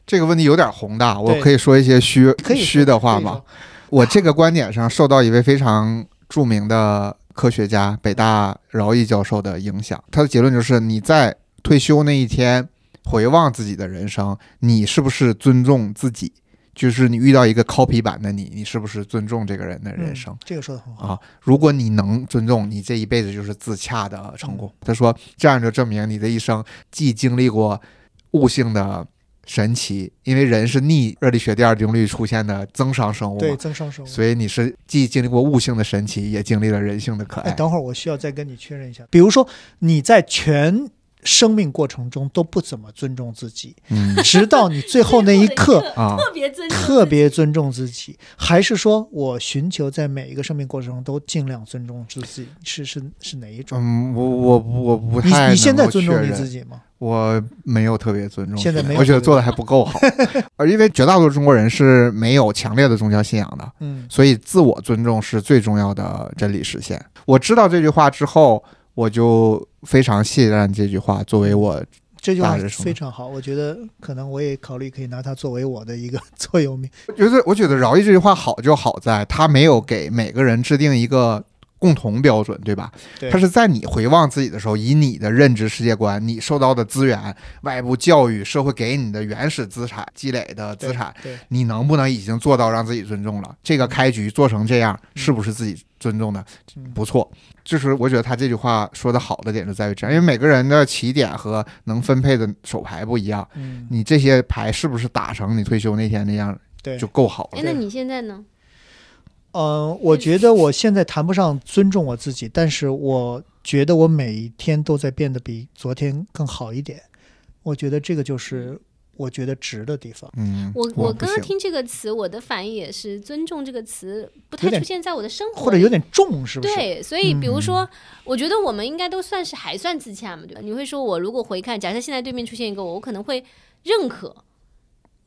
Speaker 2: 这个问题有点宏大，我
Speaker 1: 对
Speaker 2: 可以说一些虚
Speaker 1: 可以说
Speaker 2: 虚的话
Speaker 1: 可以
Speaker 2: 吗
Speaker 1: 说？
Speaker 2: 我这个观点上受到一位非常著名的科学家北大饶毅教授的影响，他的结论就是：你在退休那一天回望自己的人生，你是不是尊重自己？就是你遇到一个 copy 版的你，你是不是尊重这个人的人生？
Speaker 1: 嗯这个说的很好。
Speaker 2: 啊，如果你能尊重，你这一辈子就是自洽的成
Speaker 1: 嗯
Speaker 2: 功。他说，这样就证明你的一生既经历过悟性的神奇，因为人是逆热力学第二定律出现的增伤生物
Speaker 1: 对，
Speaker 2: 嘛，
Speaker 1: 增伤生物。
Speaker 2: 所以你是既经历过悟性的神奇，也经历了人性的可
Speaker 1: 哎，
Speaker 2: 爱。
Speaker 1: 等会儿我需要再跟你确认一下。比如说你在全生命过程中都不怎么尊重自 己，
Speaker 2: 嗯
Speaker 1: 直到你最 后那一刻
Speaker 2: 啊，
Speaker 3: 特别尊重自己，
Speaker 1: 特别尊重自己，还是说我寻求在每一个生命过程中都尽量尊重自己？是是是哪一种？
Speaker 2: 嗯，我我我不
Speaker 1: 你
Speaker 2: 太
Speaker 1: 你现在
Speaker 2: 能够
Speaker 1: 尊重
Speaker 2: 确
Speaker 1: 你
Speaker 2: 认
Speaker 1: 自己吗？
Speaker 2: 我没有特别尊重
Speaker 1: 现
Speaker 2: 信仰，
Speaker 1: 在没有
Speaker 2: 我觉得
Speaker 1: 特别
Speaker 2: 做的还不够 好，而因为绝大多数中国人是没有强烈的宗教信仰的，
Speaker 1: 嗯
Speaker 2: 所以自我尊重是最重要的真理实现。我知道这句话之后，我就非常信任这句话作为我
Speaker 1: 这句
Speaker 2: 大
Speaker 1: 话
Speaker 2: 致是
Speaker 1: 非常好，我觉得可能我也考虑可以拿它作为我的一个座右铭。
Speaker 2: 我觉得，我觉得饶毅这句话好就好在他没有给每个人制定一个共同标准，对吧？
Speaker 1: 对
Speaker 2: 他是在你回望自己的时候，以你的认知世界观、你受到的资源、外部教育、社会给你的原始资产积累的资产，
Speaker 1: 对，
Speaker 2: 你能不能已经做到让自己尊重了？这个开局做成这样，
Speaker 1: 嗯
Speaker 2: 是不是自己尊重的？
Speaker 1: 嗯
Speaker 2: 不错，就是我觉得他这句话说的好的点就在于这样，因为每个人的起点和能分配的手牌不一样，
Speaker 1: 嗯，
Speaker 2: 你这些牌是不是打成你退休那天那样
Speaker 1: 对
Speaker 2: 就，够好
Speaker 3: 哎，
Speaker 2: 了？
Speaker 3: 那你现在呢？
Speaker 1: 嗯，我觉得我现在谈不上尊重我自己，但是我觉得我每一天都在变得比昨天更好一点。我觉得这个就是我觉得值的地方。
Speaker 2: 嗯，
Speaker 3: 我
Speaker 2: 我
Speaker 3: 刚
Speaker 2: 不
Speaker 3: 刚
Speaker 2: 行
Speaker 3: 听这个词，我的反应也是尊重这个词不
Speaker 1: 有
Speaker 3: 太
Speaker 1: 点
Speaker 3: 出现在我的生活里，
Speaker 1: 或者有点重，是不嗯是？
Speaker 3: 对，所以比如说，我觉得我们应该都算是还算自洽嘛，对吧？你会说我如果回看，假设现在对面出现一个我，我可能会认可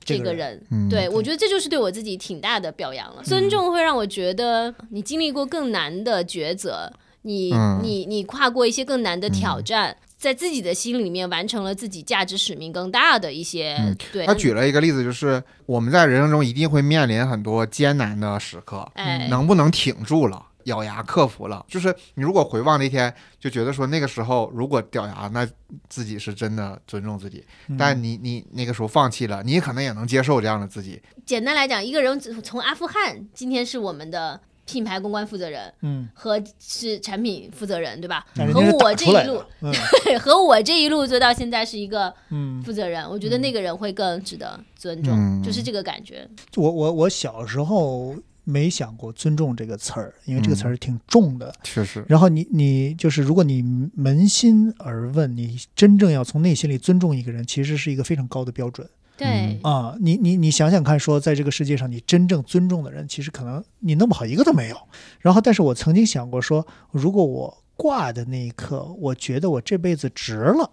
Speaker 1: 这
Speaker 3: 这
Speaker 1: 个
Speaker 3: 个
Speaker 1: 人
Speaker 3: 人。
Speaker 2: 嗯
Speaker 3: 对，我觉得这就是对我自己挺大的表
Speaker 1: 嗯
Speaker 3: 扬了。尊重会让我觉得你经历过更难的抉择，你、
Speaker 2: 嗯
Speaker 3: 你你跨过一些
Speaker 1: 嗯
Speaker 3: 更难的挑战。在自己的心里面完成了自己价值使命更大的一些，
Speaker 2: 嗯
Speaker 3: 对，
Speaker 2: 他举了一个例子，就是我们在人生中一定会面临很多艰难的时刻，
Speaker 1: 嗯
Speaker 3: 哎，
Speaker 2: 能不能挺住了，咬牙克服了？就是你如果回望那天，就觉得说那个时候如果掉牙，那自己是真的尊重自己。
Speaker 1: 嗯
Speaker 2: 但你你那个时候放弃了，你可能也能接受这样的自己。
Speaker 3: 简单来讲，一个人从从阿富汗今天是我们的品牌公关负责人，
Speaker 1: 嗯，
Speaker 3: 和是产品负责人，对吧？
Speaker 1: 但人
Speaker 3: 和
Speaker 1: 家是
Speaker 3: 我
Speaker 1: 打
Speaker 3: 这
Speaker 1: 出来
Speaker 3: 一路
Speaker 1: 的，，嗯
Speaker 3: 对，和我这一路做到现在是一个
Speaker 1: 嗯，
Speaker 3: 负责人，我觉得那个人会更值得尊重，
Speaker 2: 嗯
Speaker 3: 就是这个感觉。
Speaker 1: 我我我小时候没想过尊重这个词儿，因为这个词儿挺重的。
Speaker 2: 确实，
Speaker 1: 然后你你就是，如果你扪心而问，你真正要从内心里尊重一个人，其实是一个非常高的标准
Speaker 3: 对，
Speaker 1: 啊！你你你想想看，说在这个世界上，你真正尊重的人，其实可能你弄不好一个都没有。然后，但是我曾经想过说，如果我挂的那一刻，我觉得我这辈子值了，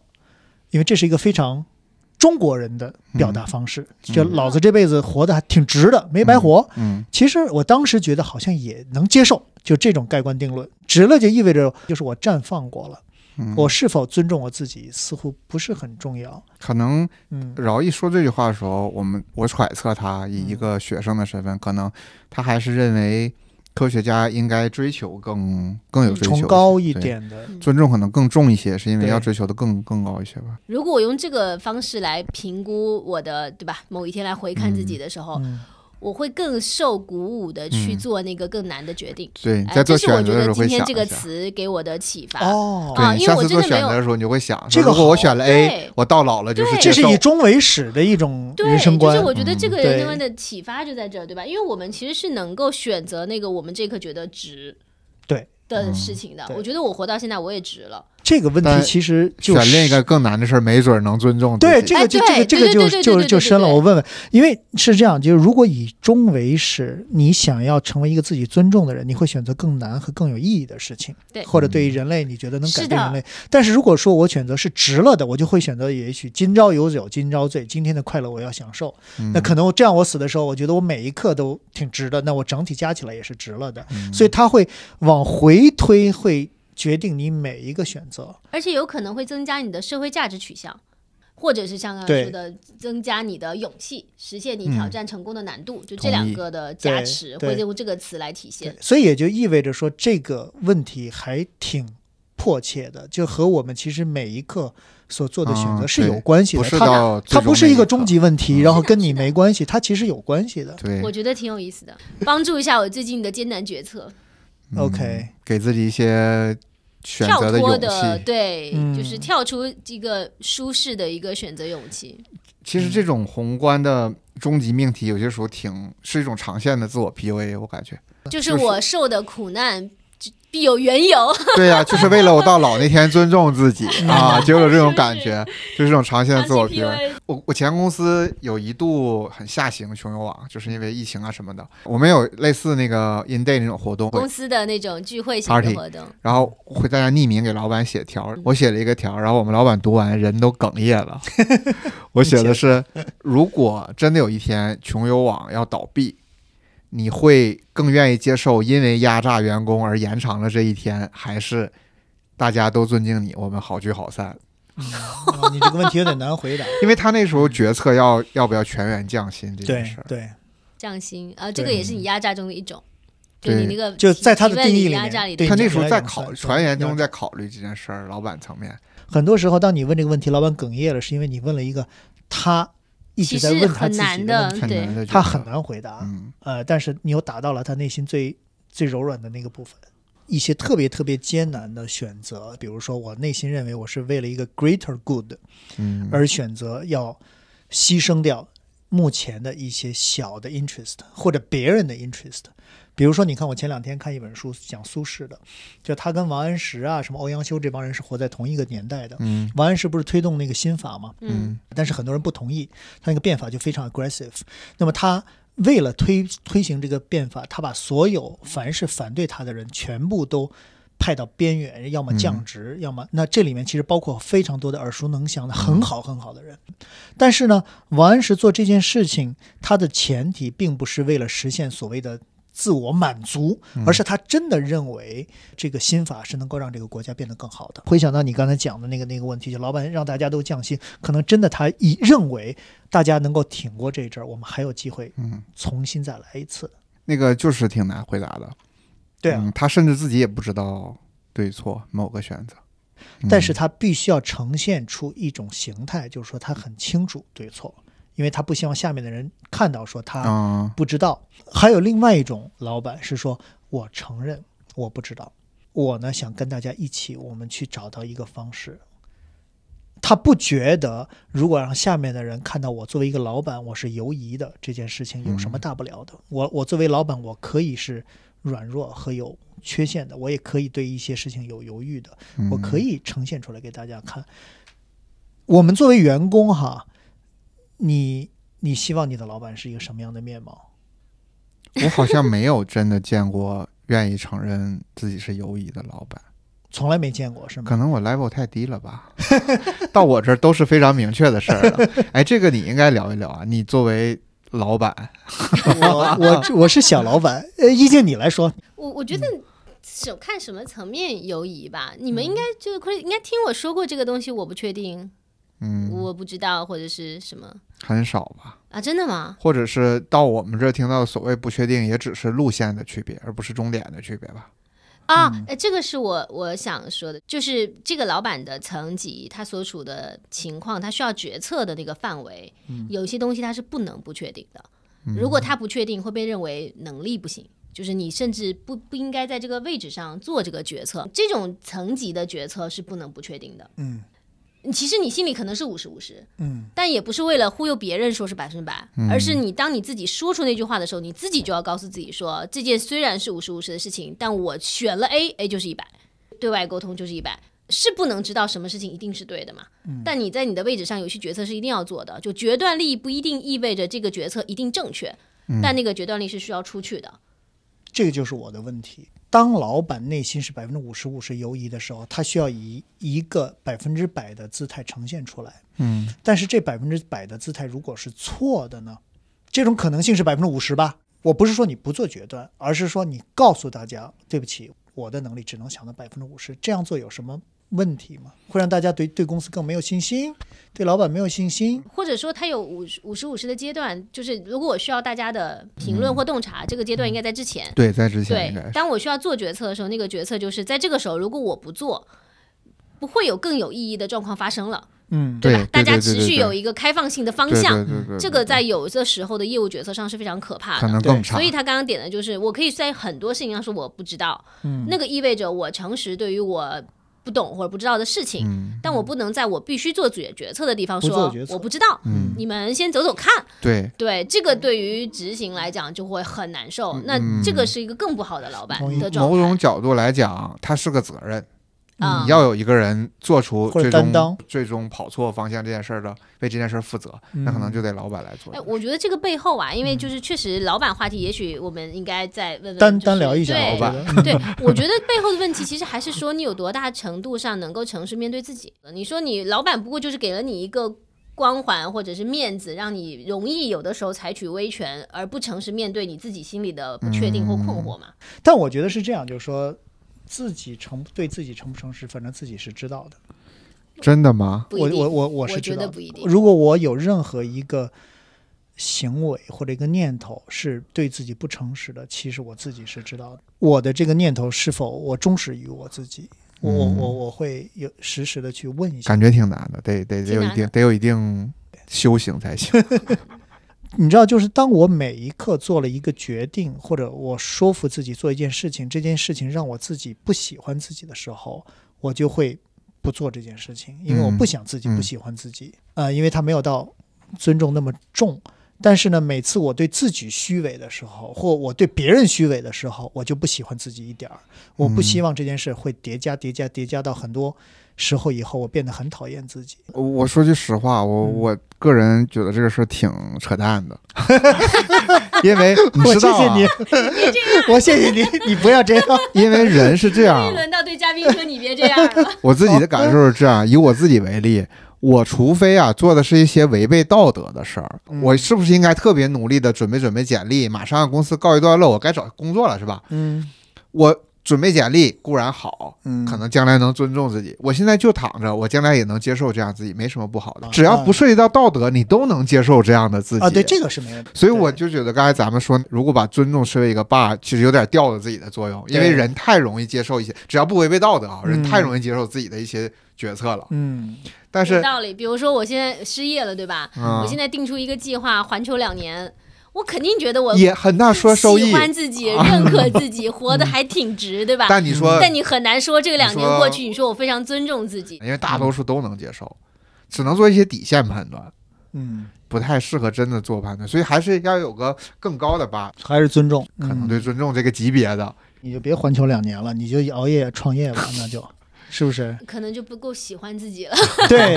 Speaker 1: 因为这是一个非常中国人的
Speaker 2: 嗯
Speaker 1: 表达方式，就老子这辈子活得还挺值的，没白活。
Speaker 2: 嗯
Speaker 1: 其实我当时觉得好像也能接受，就这种盖棺定论，值了就意味着就是我绽放过了，
Speaker 2: 嗯，
Speaker 1: 我是否尊重我自己似乎不是很重要。
Speaker 2: 可能
Speaker 1: 嗯
Speaker 2: 饶毅说这句话的时候，我们我揣测他以一
Speaker 3: 嗯
Speaker 2: 个学生的身份，可能他还是认为科学家应该追求更更有追求
Speaker 1: 崇
Speaker 2: 一些，
Speaker 1: 高一
Speaker 2: 对，
Speaker 1: 点的，
Speaker 2: 尊重可能更重一些，是因为
Speaker 1: 对
Speaker 2: 要追求的更更高一些吧。
Speaker 3: 如果我用这个方式来评估我的，对吧？某一天来回看自己的时候，
Speaker 1: 嗯，
Speaker 3: 我会更受鼓舞的去
Speaker 2: 嗯
Speaker 3: 做那个更难的决定。
Speaker 2: 对，你
Speaker 3: 哎，
Speaker 2: 在
Speaker 3: 这
Speaker 2: 做
Speaker 3: 是我
Speaker 2: 选
Speaker 3: 觉
Speaker 2: 择的时候
Speaker 3: 得今
Speaker 2: 会想
Speaker 3: 天
Speaker 2: 一
Speaker 3: 这个
Speaker 2: 下。
Speaker 3: 词给我的启发。
Speaker 1: 哦，
Speaker 3: 啊
Speaker 2: 对，你
Speaker 3: 因为
Speaker 2: 下
Speaker 3: 我
Speaker 2: 次
Speaker 3: 真
Speaker 2: 做
Speaker 3: 的没
Speaker 2: 选
Speaker 3: 有
Speaker 2: 择的时候，你就会想，说
Speaker 1: 这个
Speaker 2: 如果我
Speaker 1: 好
Speaker 2: 选了 A，
Speaker 3: 对
Speaker 2: 我到老了就是
Speaker 3: 对
Speaker 1: 这
Speaker 2: 接
Speaker 1: 是
Speaker 2: 受
Speaker 1: 以终为始的一种
Speaker 3: 对，
Speaker 1: 人生
Speaker 3: 就是
Speaker 1: 观。
Speaker 3: 我觉得这个
Speaker 1: 嗯
Speaker 3: 人
Speaker 1: 对
Speaker 3: 生观的启发就在这儿，对吧？因为我们其实是能够选择那个我们这一刻觉得值
Speaker 1: 对
Speaker 3: 的事情的。
Speaker 2: 嗯
Speaker 1: 对
Speaker 3: 我觉得我活到现在我也值了，
Speaker 1: 这个问题
Speaker 2: 但
Speaker 1: 其实就
Speaker 2: 选
Speaker 1: 是
Speaker 2: 另一个更难的事儿，没准儿能尊重自
Speaker 1: 对
Speaker 2: 己
Speaker 1: 这个就这
Speaker 3: 哎
Speaker 1: 个
Speaker 3: 对
Speaker 1: 这个
Speaker 3: 对
Speaker 1: 就
Speaker 3: 对对
Speaker 1: 就
Speaker 3: 对对
Speaker 1: 就深了。
Speaker 3: 对对
Speaker 1: 我问问，因为是这样，就是如果以终为始，你想要成为一个自己尊重的人，你会选择更难和更有意义的事情，
Speaker 3: 对
Speaker 1: 或者对于人类你觉得能改
Speaker 3: 是
Speaker 1: 变
Speaker 3: 的
Speaker 1: 人类。但是如果说我选择是值了的，我就会选择也许今朝有酒今朝醉，今天的快乐我要享受。
Speaker 2: 嗯
Speaker 1: 那可能这样我死的时候，我觉得我每一刻都挺值的，那我整体加起来也是值了的。
Speaker 2: 嗯
Speaker 1: 所以他会往回推，会决定你每一个选择。
Speaker 3: 而且有可能会增加你的社会价值取向。或者是像刚
Speaker 1: 对
Speaker 3: 才说的，增加你的勇气，实现你
Speaker 2: 嗯
Speaker 3: 挑战成功的难度，就
Speaker 2: 同
Speaker 3: 这两
Speaker 2: 嗯意
Speaker 3: 个的加
Speaker 1: 对
Speaker 3: 持
Speaker 1: 对
Speaker 3: 会用这个词来体现
Speaker 1: 对。，所以也就意味着说，这个问题还挺迫切的，就和我们其实每一刻所做的选择
Speaker 2: 嗯
Speaker 1: 是有
Speaker 2: 对
Speaker 1: 关系的。
Speaker 2: 不是
Speaker 1: 它
Speaker 2: 到
Speaker 1: 它
Speaker 2: 最
Speaker 1: 不
Speaker 2: 终
Speaker 1: 是
Speaker 2: 那
Speaker 1: 一个
Speaker 2: 刻
Speaker 1: 终，极问题，
Speaker 2: 嗯
Speaker 1: 然后
Speaker 3: 是的
Speaker 1: 跟你
Speaker 3: 是的
Speaker 1: 没关系，它其实有关系的。
Speaker 2: 对
Speaker 3: 我觉得挺有意思的， 帮助一下我最近的艰难决策，
Speaker 2: 嗯
Speaker 1: OK
Speaker 2: 给自己一些选
Speaker 3: 跳
Speaker 2: 择
Speaker 3: 脱
Speaker 2: 勇
Speaker 3: 的
Speaker 2: 气。
Speaker 3: 对，就是
Speaker 1: 嗯
Speaker 3: 跳出一个舒适的一个选择勇气。
Speaker 2: 其实这种宏观的终极命题，有些时候挺是一种长线的自我 PUA，我感 觉。
Speaker 3: 就是
Speaker 2: 就是
Speaker 3: 我受的苦难就必有缘由。
Speaker 2: 对呀、就是为了我到老那天尊重自 己啊，就有这种感觉，就是这种长线的自 我 PUA。
Speaker 3: PUA
Speaker 2: 我我前公司有一度很下行穷游网，就是因为疫情啊什么的，我们有类似那个 in day 那种活动，
Speaker 3: 公司的那种聚会型的
Speaker 2: Party
Speaker 3: 活动，
Speaker 2: 然后会大家匿名给老板写条儿，我写了一个条儿，然后我们老板读完人都哽咽了。我写的是，如果真的有一天穷游网要倒闭，你会更愿意接受因为压榨员工而延长了这一天，还是大家都尊敬你，我们好聚好散？
Speaker 1: 啊你这个问题有点难回答。
Speaker 2: 因为他那时候决策要要不要全员降 薪这件
Speaker 1: 对
Speaker 2: 事儿，
Speaker 1: 对，
Speaker 3: 匠心啊，这个
Speaker 1: 对
Speaker 3: 也是你压榨中的一种，就
Speaker 2: 对
Speaker 3: 你那个
Speaker 1: 就
Speaker 3: 提
Speaker 1: 在他的
Speaker 3: 提问
Speaker 1: 定义里
Speaker 3: 压
Speaker 1: 面
Speaker 3: 榨里
Speaker 1: 对
Speaker 3: 的
Speaker 2: 他
Speaker 1: 你
Speaker 2: 那时候
Speaker 1: 原来
Speaker 2: 在
Speaker 1: 这么
Speaker 2: 考
Speaker 1: 算
Speaker 2: 传言
Speaker 1: 对
Speaker 2: 中在考虑这件事儿，老板层面，
Speaker 1: 很多时候当你问这个问题，老板哽咽了，是因为你问了一个他一直
Speaker 3: 其
Speaker 1: 在
Speaker 3: 实
Speaker 1: 问他
Speaker 3: 很
Speaker 1: 自己
Speaker 3: 难
Speaker 1: 的问
Speaker 3: 的
Speaker 1: 题，，
Speaker 2: 很
Speaker 3: 对
Speaker 2: 难，的决
Speaker 1: 他
Speaker 2: 策
Speaker 1: 很难回答。
Speaker 2: 嗯
Speaker 1: 呃，但是你又打到了他内心最最柔软的那个部分。一些特别特别艰难的选择，比如说我内心认为我是为了一个 greater good
Speaker 2: 嗯，
Speaker 1: 而选择要牺牲掉目前的一些小的 interest 或者别人的 interest。比如说，你看我前两天看一本书讲苏轼的，就他跟王安石啊、什么欧阳修这帮人是活在同一个年代的。
Speaker 2: 嗯
Speaker 1: 王安石不是推动那个新法吗？
Speaker 3: 嗯
Speaker 1: 但是很多人不同意，他那个变法就非常 aggressive。那么他为了推推行这个变法，他把所有凡是反对他的人全部都派到边缘，要么降职，要么那这里面其实包括非常多的耳熟能详的很好很好的人。但是呢，王安石做这件事情，他的前提并不是为了实现所谓的。自我满足，而是他真的认为这个新法是能够让这个国家变得更好的。回想到你刚才讲的那个那个问题，就老板让大家都降薪，可能真的他以认为大家能够挺过这一阵儿，我们还有机会
Speaker 2: 嗯，
Speaker 1: 重新再来一次。
Speaker 2: 那个就是挺难回答的。
Speaker 1: 对啊，
Speaker 2: 嗯，他甚至自己也不知道对错某个选择。嗯
Speaker 1: 但是他必须要呈现出一种形态，就是说他很清楚对错，因为他不希望下面的人看到说他
Speaker 2: 嗯
Speaker 1: 不知道。还有另外一种老板是说，我承认我不知道，我呢想跟大家一起，我们去找到一个方式。他不觉得，如果让下面的人看到我作为一个老板，我是犹疑的这件事情有什么大不了的？我我作为老板，我可以是软弱和有缺陷的，我也可以对一些事情有犹豫的。
Speaker 2: 嗯
Speaker 1: 我可以呈现出来给大家看。我们作为员工哈，你你希望你的老板是一个什么样的面貌？
Speaker 2: 我好像没有真的见过愿意承认自己是犹疑的老 板，
Speaker 1: 从来没见过是吗？
Speaker 2: 可能我 level 太低了吧。 到我这儿都是非常明确的事儿 了。哎，这个你应该聊一聊啊。你作为老板，
Speaker 1: 我我我是小老 板，呃，依静你来说，
Speaker 3: 我我觉得首看什么层面犹疑吧，你们应该
Speaker 1: 嗯
Speaker 3: 就是可以应该听我说过这个东西，我不确定，
Speaker 2: 嗯，
Speaker 3: 我不知道或者是什么
Speaker 2: 很少吧，
Speaker 3: 啊？真的吗？
Speaker 2: 或者是到我们这儿听到的所谓不确定，也只是路线的区别，而不是终点的区别吧。
Speaker 3: 啊，呃，这个是我我想说的，就是这个老板的层级，他所处的情况，他需要决策的那个范围，有些东西他是不能不确定的。如果他不确定，会被认为能力不行，就是你甚至不不应该在这个位置上做这个决策。这种层级的决策是不能不确定的。
Speaker 1: 嗯
Speaker 3: 其实你心里可能是五十五十，
Speaker 1: 嗯，
Speaker 3: 但也不是为了忽悠别人说是百分之百，而是你当你自己说出那句话的时候，你自己就要告诉自己说，这件虽然是五十五十的事情，但我选了 A，A 就是一百，对外沟通就是一百。是不能知道什么事情一定是对的嘛？但你在你的位置上有些决策是一定要做的，就决断力不一定意味着这个决策一定正确，但那个决断力是需要出去的。
Speaker 1: 这个就是我的问题。当老板内心是百分之五十五是犹疑的时候，他需要以一个百分之百的姿态呈现出来。
Speaker 2: 嗯，
Speaker 1: 但是这百分之百的姿态如果是错的呢？这种可能性是百分之五十吧？我不是说你不做决断，而是说你告诉大家，对不起，我的能力只能想到百分之五十，这样做有什么问题吗？会让大家对对公司更没有信心，对老板没有信心。
Speaker 3: 或者说它有五十五十五十的阶段，就是如果我需要大家的评论或洞察，这个阶段应该在之前。
Speaker 2: 对，在之前
Speaker 3: 对
Speaker 2: 应该，是
Speaker 3: 当我需要做决策的时候，那个决策就是在这个时候，如果我不做，不会有更有意义的状况发生了，
Speaker 1: 嗯
Speaker 2: 对
Speaker 3: 吧？大
Speaker 2: 对
Speaker 3: 家
Speaker 2: 对
Speaker 3: 持
Speaker 2: 对
Speaker 3: 续有一个开放性的方
Speaker 2: 对
Speaker 3: 向，
Speaker 2: 对对对对
Speaker 3: 这个
Speaker 2: 对
Speaker 3: 在有的时候的业务决策上是非常可怕
Speaker 2: 可
Speaker 3: 的。
Speaker 2: 能
Speaker 1: 对
Speaker 2: 更差
Speaker 3: 所。以他刚刚点的就是，我可以在很多事情上说我不知道，
Speaker 1: 嗯
Speaker 3: 那个意味着我诚实对于我不懂或者不知道的事情，
Speaker 2: 嗯，
Speaker 3: 但我不能在我必须做决决策的地方
Speaker 1: 不做
Speaker 3: 说
Speaker 1: 决策
Speaker 3: 我不知道，
Speaker 2: 嗯
Speaker 3: 你们先走走看。
Speaker 2: 对，
Speaker 3: 对，这个对于执行来讲就会很难受。那这个是一个更不好的老板
Speaker 1: 嗯同意
Speaker 3: 的状嗯
Speaker 2: 某
Speaker 3: 态
Speaker 2: 种角度来讲，它是个责任。
Speaker 3: 啊
Speaker 2: 你。要有一个人做出
Speaker 1: 或者
Speaker 2: 最
Speaker 1: 担当
Speaker 2: 终最终跑错方向这件事儿的，为这件事儿负责，那可能就得老板来做
Speaker 3: 哎，。我觉得这个背后啊，因为就是确实老板话题，也许我们应该再问问，
Speaker 1: 嗯单
Speaker 3: 嗯就是
Speaker 1: 单聊一下
Speaker 3: 对
Speaker 1: 老板，
Speaker 3: 对，我觉得背后的问题其实还是说你有多大程度上能够诚实面对自己。你说你老板不过就是给了你一个光环或者是面子，让你容易有的时候采取威权，而不诚实面对你自己心里的不确定或
Speaker 1: 嗯
Speaker 3: 困惑嘛。
Speaker 1: 但我觉得是这样，就是说自己诚对自己诚不诚实，反正自己是知道的。
Speaker 2: 真的吗？
Speaker 3: 不
Speaker 1: 我
Speaker 3: 一定
Speaker 1: 我我我
Speaker 3: 我
Speaker 1: 是
Speaker 3: 觉
Speaker 1: 知道
Speaker 3: 得
Speaker 1: 的
Speaker 3: 不一定
Speaker 1: 如果我有任何一个行为或者一个念头是对自己不诚实的，其实我自己是知道的。我的这个念头是否我忠实于我自己？我我我我会有实时的去问一下
Speaker 2: 感。觉挺难的，得得得有一
Speaker 3: 挺
Speaker 2: 定
Speaker 3: 难
Speaker 2: 得有一定修行才行。
Speaker 1: 你知道，就是当我每一刻做了一个决定，或者我说服自己做一件事情，这件事情让我自己不喜欢自己的时候，我就会不做这件事情，因为我
Speaker 2: 嗯
Speaker 1: 不想自己
Speaker 2: 嗯
Speaker 1: 不喜欢自己。呃，因为他没有到尊重那么重，但是呢，每次我对自己虚伪的时候，或我对别人虚伪的时候，我就不喜欢自己一点儿。我不希望这件事会叠加、叠加、叠加到很多时候以后，我变得很讨厌自己。
Speaker 2: 我我说句实话，我
Speaker 1: 嗯
Speaker 2: 我个人觉得这个事儿挺扯淡的，因为你
Speaker 1: 我
Speaker 2: 知
Speaker 1: 谢
Speaker 2: 道
Speaker 1: 谢
Speaker 2: 啊，
Speaker 1: 你，我谢谢你， 你不要这样。
Speaker 2: 因为人是这样
Speaker 1: 啊
Speaker 3: 这，轮到对嘉宾说你别这样了，
Speaker 2: 我自己
Speaker 1: 哦
Speaker 2: 的感受是这样，以我自己为例。我除非啊做的是一些违背道德的事儿，
Speaker 1: 嗯
Speaker 2: 我是不是应该特别努力的准备准备简历？马上公司告一段落，我该找工作了，是吧？
Speaker 1: 嗯
Speaker 2: 我准备简历固然好，
Speaker 1: 嗯，
Speaker 2: 可能将来能尊重自己。我现在就躺着，我将来也能接受这样自己，没什么不好的
Speaker 1: 啊。
Speaker 2: 只要不涉及到道德，你都能接受这样的自己。
Speaker 1: 啊，对，这个是没问题。
Speaker 2: 所以我
Speaker 1: 对
Speaker 2: 就觉得刚才咱们说，如果把尊重视为一个 bar，其实有点掉了自己的作用，因为
Speaker 1: 对
Speaker 2: 人太容易接受一些，只要不违背道德啊，
Speaker 1: 嗯
Speaker 2: 人太容易接受自己的一些决策了。
Speaker 1: 嗯
Speaker 2: 但
Speaker 3: 有
Speaker 2: 是，
Speaker 3: 道理。比如说我现在失业了，对吧？
Speaker 2: 嗯
Speaker 3: 我，现在定出一个计划，环球两年，我肯定觉得我
Speaker 2: 也很难说收益
Speaker 3: 喜。欢 自己，认可自己，活得还挺值，对吧？
Speaker 2: 但你说，
Speaker 1: 嗯
Speaker 3: 但你很难说这两
Speaker 2: 你
Speaker 3: 年
Speaker 2: 说
Speaker 3: 过去，你说我非常尊重自己，
Speaker 2: 因为大多数都能接受，只能做一些底线判断，
Speaker 1: 嗯，
Speaker 2: 不太适合真的做判断，所以还是要有个更高的 bar，
Speaker 1: 还是尊重。
Speaker 2: 可
Speaker 1: 嗯
Speaker 2: 能对尊重这个级别的。
Speaker 1: 你就别环球两年了，你就熬夜创业吧，那 就。是不是？
Speaker 3: 可能就不够喜欢自己了。
Speaker 1: 对，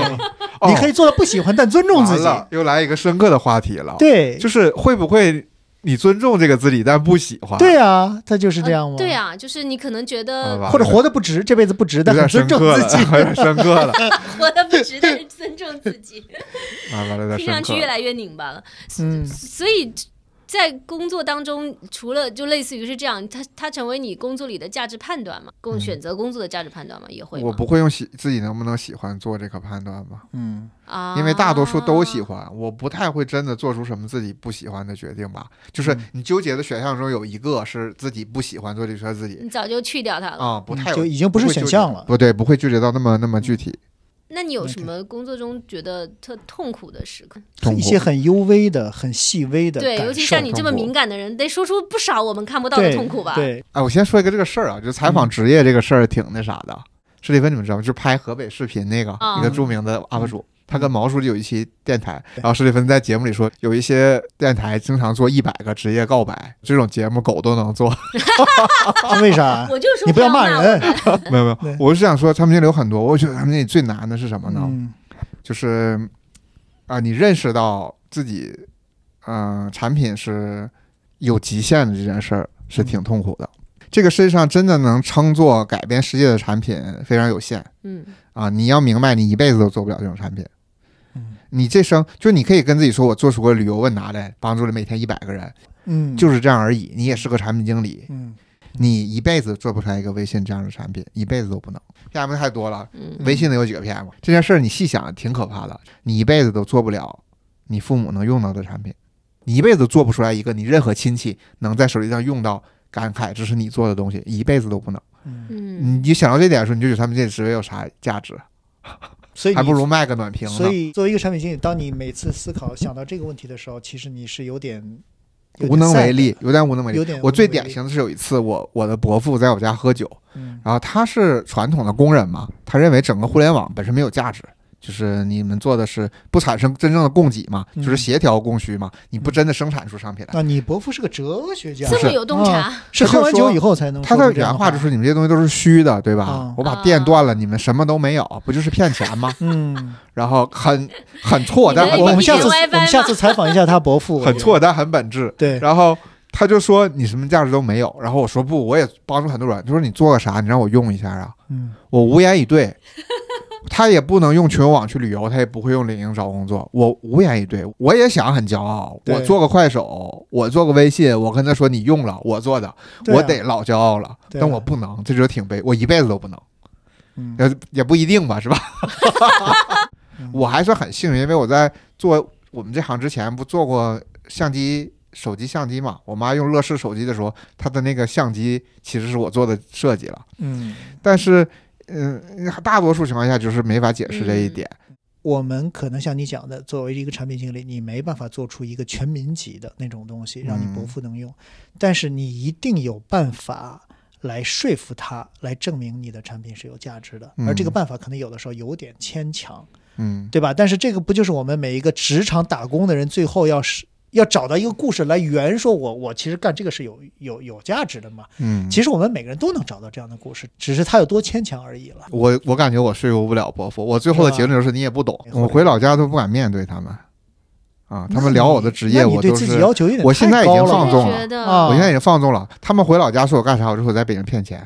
Speaker 2: 哦
Speaker 1: 你可以做到不喜欢但尊重自
Speaker 2: 完
Speaker 1: 己。
Speaker 2: 了，又来一个深刻的话题了，
Speaker 1: 对，
Speaker 2: 就是会不会你尊重这个自己，但不喜欢？
Speaker 1: 对啊，他就是这样吗？
Speaker 3: 对啊，就是你可能觉
Speaker 2: 好吧
Speaker 3: 得
Speaker 1: 或者活得不值，这辈子不值，
Speaker 2: 有
Speaker 1: 但很
Speaker 2: 点深
Speaker 1: 尊重
Speaker 2: 刻
Speaker 1: 自
Speaker 2: 了，
Speaker 1: 己。
Speaker 2: 有点深刻了，
Speaker 3: 活得不值，但是尊重自 己，
Speaker 2: 啊，完了，有点
Speaker 3: 听上
Speaker 2: 深
Speaker 3: 去
Speaker 2: 刻
Speaker 3: 越
Speaker 2: 了。
Speaker 3: 来越拧巴了。
Speaker 1: 嗯
Speaker 3: 所以在工作当中，除了就类似于是这样，它它成为你工作里的价值判断嘛，工
Speaker 2: 嗯
Speaker 3: 选择工作的价值判断嘛，也会
Speaker 2: 我
Speaker 3: 吗
Speaker 2: 不会用喜自己能不能喜欢做这个判断吧，
Speaker 1: 嗯
Speaker 3: 啊，
Speaker 2: 因为大多数都喜欢，我不太会真的做出什么自己不喜欢的决定吧。就是
Speaker 1: 嗯
Speaker 2: 你纠结的选项中有一个是自己不喜欢做这个自己
Speaker 3: 啊你早就去掉它了。
Speaker 2: 啊，不太
Speaker 1: 就
Speaker 2: 有
Speaker 1: 已经不是
Speaker 2: 会纠
Speaker 1: 选
Speaker 2: 结
Speaker 1: 项了。
Speaker 2: 不对，不会纠结到那么那
Speaker 3: 嗯
Speaker 2: 么具体。
Speaker 3: 那你有什
Speaker 1: OK
Speaker 3: 么工作中觉得特痛苦的时刻？
Speaker 2: 痛苦
Speaker 1: 一些很幽微的、很细微的
Speaker 3: 对，
Speaker 1: 感
Speaker 3: 尤其
Speaker 1: 受
Speaker 3: 像你这么
Speaker 2: 痛苦
Speaker 3: 敏感的人，得说出不少我们看不到的
Speaker 1: 对
Speaker 3: 痛苦吧？
Speaker 1: 对，
Speaker 2: 哎，我先说一个这个事儿啊，就采访
Speaker 1: 嗯
Speaker 2: 职业这个事儿挺那啥的。史蒂芬，你们知道吗？就拍河北视频那个、
Speaker 3: 啊
Speaker 1: 哦
Speaker 2: 一个著名的
Speaker 1: 嗯
Speaker 2: UP 主，他跟毛书记有一期电台，然后史蒂芬在节目里说，有一些电台经常做一百个职业告白，这种节目狗都能做。
Speaker 1: 啊为啥？
Speaker 3: 我就说
Speaker 1: 你不
Speaker 3: 要
Speaker 1: 要骂
Speaker 3: 我
Speaker 1: 人。
Speaker 2: 没有没有
Speaker 1: 对，
Speaker 2: 我是想说他们那里有很多，我觉得他们那里最难的是什么呢？
Speaker 1: 嗯
Speaker 2: 就是啊，你认识到自己，嗯、产品是有极限的这件事儿
Speaker 1: 嗯
Speaker 2: 是挺痛苦的。这个世界上真的能称作改变世界的产品非常有限
Speaker 3: 嗯，
Speaker 2: 啊！你要明白，你一辈子都做不了这种产品。
Speaker 1: 嗯
Speaker 2: 你这生就你可以跟自己说，我做出个旅游问答来，帮助了每天一百个人，
Speaker 1: 嗯，
Speaker 2: 就是这样而已。你也是个产品经理，
Speaker 1: 嗯
Speaker 2: 你一辈子做不出来一个微信这样的产品，一辈子都不能。PM 太多了，
Speaker 3: 嗯
Speaker 2: 微信能有几个 PM？这件事儿你细想挺可怕的，你一辈子都做不了你父母能用到的产品，你一辈子都做不出来一个你任何亲戚能在手机上用到。感慨这是你做的东西，一辈子都不能。
Speaker 1: 嗯，
Speaker 3: 嗯，
Speaker 2: 你你想到这点的时候，你就觉得他们这职位有啥价值，
Speaker 1: 所以
Speaker 2: 还
Speaker 1: 你
Speaker 2: 不如卖个暖瓶
Speaker 1: 所
Speaker 2: 呢。
Speaker 1: 以作为一个产品经理，当你每次思考想到这个问题的时候，其实你是有点
Speaker 2: 无能为力，，有点无能为
Speaker 1: 有点 sad 的有。点
Speaker 2: 力我最
Speaker 1: 无能为
Speaker 2: 典
Speaker 1: 力。
Speaker 2: 型的是有一次我，我的伯父在我家喝酒，
Speaker 1: 嗯
Speaker 2: 然后啊他是传统的工人嘛，他认为整个互联网本身没有价值，就是你们做的是不产生真正的供给嘛，
Speaker 1: 嗯
Speaker 2: 就是协调供需嘛，你不真的生产出商品来。
Speaker 1: 啊，你伯父是个哲学家，啊
Speaker 3: 这
Speaker 2: 是
Speaker 3: 么有洞察，
Speaker 1: 是
Speaker 2: 他就
Speaker 1: 喝完酒
Speaker 2: 说
Speaker 1: 以后才能
Speaker 2: 他
Speaker 1: 说出
Speaker 2: 的
Speaker 1: 这样
Speaker 2: 原
Speaker 1: 的
Speaker 2: 话就是：“你们这些东西都是虚的，对吧
Speaker 1: 嗯啊？？”
Speaker 2: 我把电断了，你们什么都没有，不就是骗钱吗
Speaker 1: 嗯，
Speaker 2: 然后很很错，但
Speaker 3: 哎你的
Speaker 2: 很
Speaker 1: 我我
Speaker 2: 本
Speaker 1: 们
Speaker 3: 一
Speaker 1: 下
Speaker 3: 点
Speaker 1: 次
Speaker 2: 质，
Speaker 3: WiFi
Speaker 1: 我们下
Speaker 3: 吗
Speaker 1: 次采访一下他伯父，
Speaker 2: 很错，但很本质。
Speaker 1: 对，
Speaker 2: 然后他就说：“你什么价值都没有。”然后我说：“不，我也帮助很多人。”他说：“你做个啥？你让我用一下啊。”
Speaker 1: 嗯
Speaker 2: 我无言以对。他也不能用群网去旅游，他也不会用领英找工作。我无言以对，我也想很骄傲。
Speaker 1: 对
Speaker 2: 我做个快手，我做个微信，我跟他说你用了我做的，
Speaker 1: 对啊
Speaker 2: 我得老骄傲了。
Speaker 1: 对啊
Speaker 2: 但我不能，这就挺悲，我一辈子都不能，
Speaker 1: 嗯
Speaker 2: 也也不一定吧，是 吧？
Speaker 1: 嗯
Speaker 2: 我还算很幸运，因为我在做我们这行之前不做过相机、手机相机嘛。我妈用乐视手机的时候，她的那个相机其实是我做的设计了。
Speaker 1: 嗯，
Speaker 2: 但是，嗯、大多数情况下就是没法解释这
Speaker 1: 嗯
Speaker 2: 一点。
Speaker 1: 我们可能像你讲的，作为一个产品经理，你没办法做出一个全民级的那种东西，让你伯父能用，但是你一定有办法来说服他，来证明你的产品是有价值的，而这个
Speaker 2: 嗯
Speaker 1: 办法可能有的时候有点牵强，
Speaker 2: 嗯，
Speaker 1: 对吧？但是这个不就是我们每一个职场打工的人最后要是要找到一个故事来圆说我我其实干这个是有有有价值的嘛。
Speaker 2: 嗯，
Speaker 1: 其实我们每个人都能找到这样的故事，只是它有多牵强而已了。
Speaker 2: 我我感觉我说服不了伯父，我最后的结论就是你也不懂，
Speaker 1: 是吧
Speaker 2: 我回老家都不敢面对他们，啊，他们聊我的职业，
Speaker 1: 那你
Speaker 2: 我
Speaker 1: 对
Speaker 2: 都
Speaker 1: 自己
Speaker 2: 是，
Speaker 1: 要求有点
Speaker 2: 我现在
Speaker 1: 太
Speaker 2: 已经
Speaker 1: 高了
Speaker 2: 放纵
Speaker 3: 我
Speaker 2: 了
Speaker 3: 也觉得
Speaker 1: 啊
Speaker 2: 我现在已经放纵了。他们回老家说我干啥，我就说我在北京骗钱，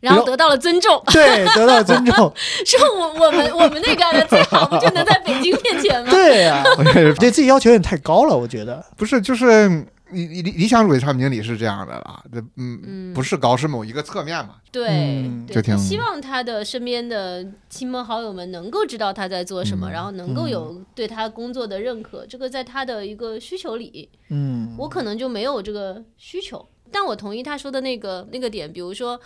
Speaker 3: 然后得到了尊重，
Speaker 1: 对，得到尊 重，
Speaker 3: 说我我们我们那干的最好，不就能在北京面 前吗？
Speaker 1: 对呀、
Speaker 2: 我现在是
Speaker 1: 对自己要求有点太高了，我觉得。
Speaker 2: 不是就是理理理想主义产品经理是这样的啦，这嗯
Speaker 3: 嗯，
Speaker 2: 不是高是某一个侧面嘛，
Speaker 3: 对，
Speaker 1: 嗯
Speaker 3: 对
Speaker 2: 就挺
Speaker 3: 希望他的身边的亲朋好友们能够知道他在做什么，
Speaker 2: 嗯
Speaker 3: 然后能够有对他工作的认可。这个在他的一个需求里，
Speaker 1: 嗯，
Speaker 3: 我可能就没有这个需求。但我同意他说的那个那个点，比如说，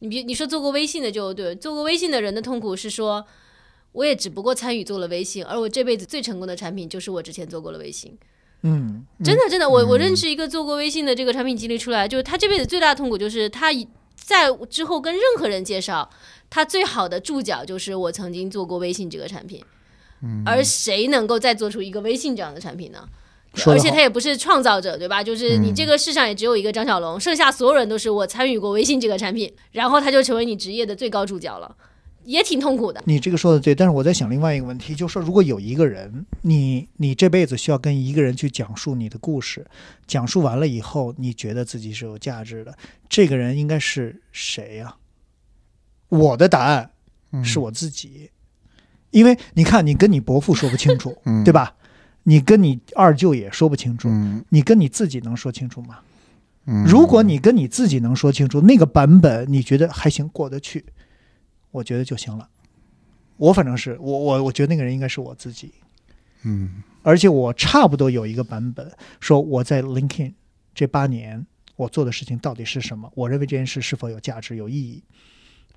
Speaker 3: 你比你说做过微信的就对，做过微信的人的痛苦是说，我也只不过参与做了微信，而我这辈子最成功的产品就是我之前做过了微信。
Speaker 1: 嗯
Speaker 3: 真的真的，我我认识一个做过微信的这个产品经理出来，就是他这辈子最大的痛苦就是他一在之后跟任何人介绍，他最好的注脚就是我曾经做过微信这个产品。
Speaker 1: 嗯
Speaker 3: 而谁能够再做出一个微信这样的产品呢？
Speaker 1: 说
Speaker 3: 而
Speaker 1: 得
Speaker 3: 且
Speaker 1: 好嗯
Speaker 3: 他也不是创造者，对吧？就是你这个世上也只有一个张小龙，剩下所有人都是我参与过微信这个产品，然后他就成为你职业的最高注脚了，也挺痛苦的。
Speaker 1: 你这个说的对，但是我在想另外一个问题，就是说，如果有一个人，你你这辈子需要跟一个人去讲述你的故事，讲述完了以后，你觉得自己是有价值的，这个人应该是谁呀、我的答案
Speaker 2: 嗯，
Speaker 1: 是我自己，因为你看，你跟你伯父说不清楚
Speaker 2: 嗯
Speaker 1: 对吧？你跟你二舅也说不清楚，
Speaker 2: 嗯
Speaker 1: 你跟你自己能说清楚吗？
Speaker 2: 嗯，
Speaker 1: 如果你跟你自己能说清楚那个版本，你觉得还行过得去，我觉得就行了。我反正是我我我觉得那个人应该是我自己，
Speaker 2: 嗯
Speaker 1: 而且我差不多有一个版本，说我在 LinkedIn 这八年我做的事情到底是什么，我认为这件事是否有价值、有意义。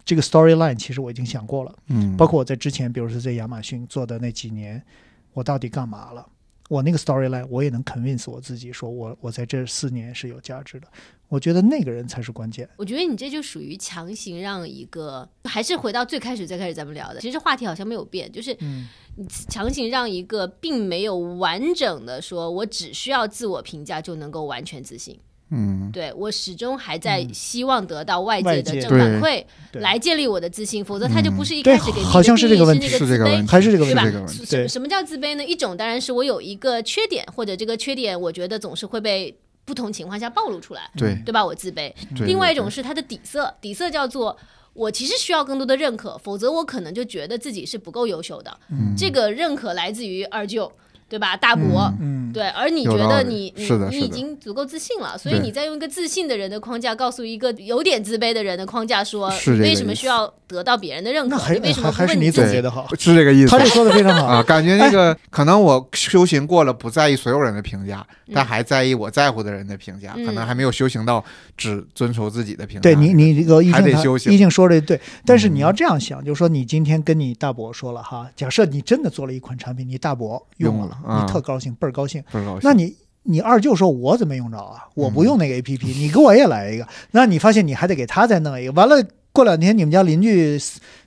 Speaker 1: 这个 storyline 其实我已经想过了，
Speaker 2: 嗯，
Speaker 1: 包括我在之前，比如说在亚马逊做的那几年，我到底干嘛了？我那个 storyline 我也能 convince 我自己，说我我在这四年是有价值的。我觉得那个人才是关键。
Speaker 3: 我觉得你这就属于强行让一个，还是回到最开始最开始咱们聊的，其实话题好像没有变，就是
Speaker 1: 嗯
Speaker 3: 你强行让一个并没有完整的说，我只需要自我评价就能够完全自信，
Speaker 2: 嗯
Speaker 3: 对我始终还在希望得到外
Speaker 1: 嗯外
Speaker 3: 界的
Speaker 1: 界
Speaker 3: 正反馈
Speaker 1: 对嗯
Speaker 3: 来建立我的自信，否则他就不是一
Speaker 1: 对
Speaker 3: 开始给自己
Speaker 1: 好像是
Speaker 3: 的定义
Speaker 1: 这个问题
Speaker 3: 是
Speaker 2: 是
Speaker 3: 自
Speaker 2: 这个
Speaker 3: 卑
Speaker 2: 问题，
Speaker 1: 还是这个
Speaker 2: 是
Speaker 1: 问
Speaker 2: 这
Speaker 3: 题
Speaker 2: 个问题，
Speaker 1: 对
Speaker 3: 什什么叫自卑呢？一种当然是我有一个缺点，或者这个缺点我觉得总是会被不同情况下暴露出来，
Speaker 2: 对
Speaker 3: 对吧？我自卑。
Speaker 2: 对，
Speaker 3: 另外一
Speaker 2: 对
Speaker 3: 种是它的底色，底色叫做我其实需要更多的认可，否则我可能就觉得自己是不够优秀的。
Speaker 2: 嗯
Speaker 3: 这个认可来自于二舅，对吧？大伯。
Speaker 1: 嗯，
Speaker 3: 对，而你
Speaker 2: 有
Speaker 3: 觉
Speaker 2: 道
Speaker 3: 得
Speaker 2: 理
Speaker 3: 你你
Speaker 2: 是的
Speaker 3: 你
Speaker 2: 是
Speaker 3: 已
Speaker 2: 的
Speaker 3: 经足够自信了，所以
Speaker 2: 对
Speaker 3: 你再用一个自信的人的框架告诉一个有点自卑的人的框架说，
Speaker 2: 是
Speaker 3: 你
Speaker 2: 这
Speaker 3: 为
Speaker 2: 个
Speaker 3: 什么
Speaker 2: 意
Speaker 3: 需要得到别人的认
Speaker 1: 那
Speaker 3: 可？
Speaker 1: 还
Speaker 3: 你为什么
Speaker 1: 还
Speaker 3: 不
Speaker 1: 还是
Speaker 3: 问
Speaker 1: 你
Speaker 3: 自
Speaker 1: 总
Speaker 3: 己
Speaker 1: 结的好，
Speaker 2: 是这个意思
Speaker 1: 他。这哎说的非常好。
Speaker 2: 啊，感觉那个可能我修行过了，不在意所有人的评价，
Speaker 1: 嗯
Speaker 2: 但还在意我在乎的人的评价，可能
Speaker 3: 嗯
Speaker 2: 还没有修行到只遵守自己的评价。
Speaker 1: 对你，你这个一
Speaker 2: 还
Speaker 1: 静
Speaker 2: 得
Speaker 1: 他
Speaker 2: 修行嗯
Speaker 1: 一静说的对，但是你要这样想，就是说你今天跟你大伯说了哈，假设你真的做了一款产品，你大伯用
Speaker 2: 用
Speaker 1: 了，
Speaker 2: 了啊
Speaker 1: 你特高兴，倍儿高兴。
Speaker 2: 不知道
Speaker 1: 那你你二舅说我怎么用着啊？我
Speaker 2: 嗯
Speaker 1: 不用那个 A P P，、你给我也来一个。那你发现你还得给他再弄一个，完了过两天你们家邻居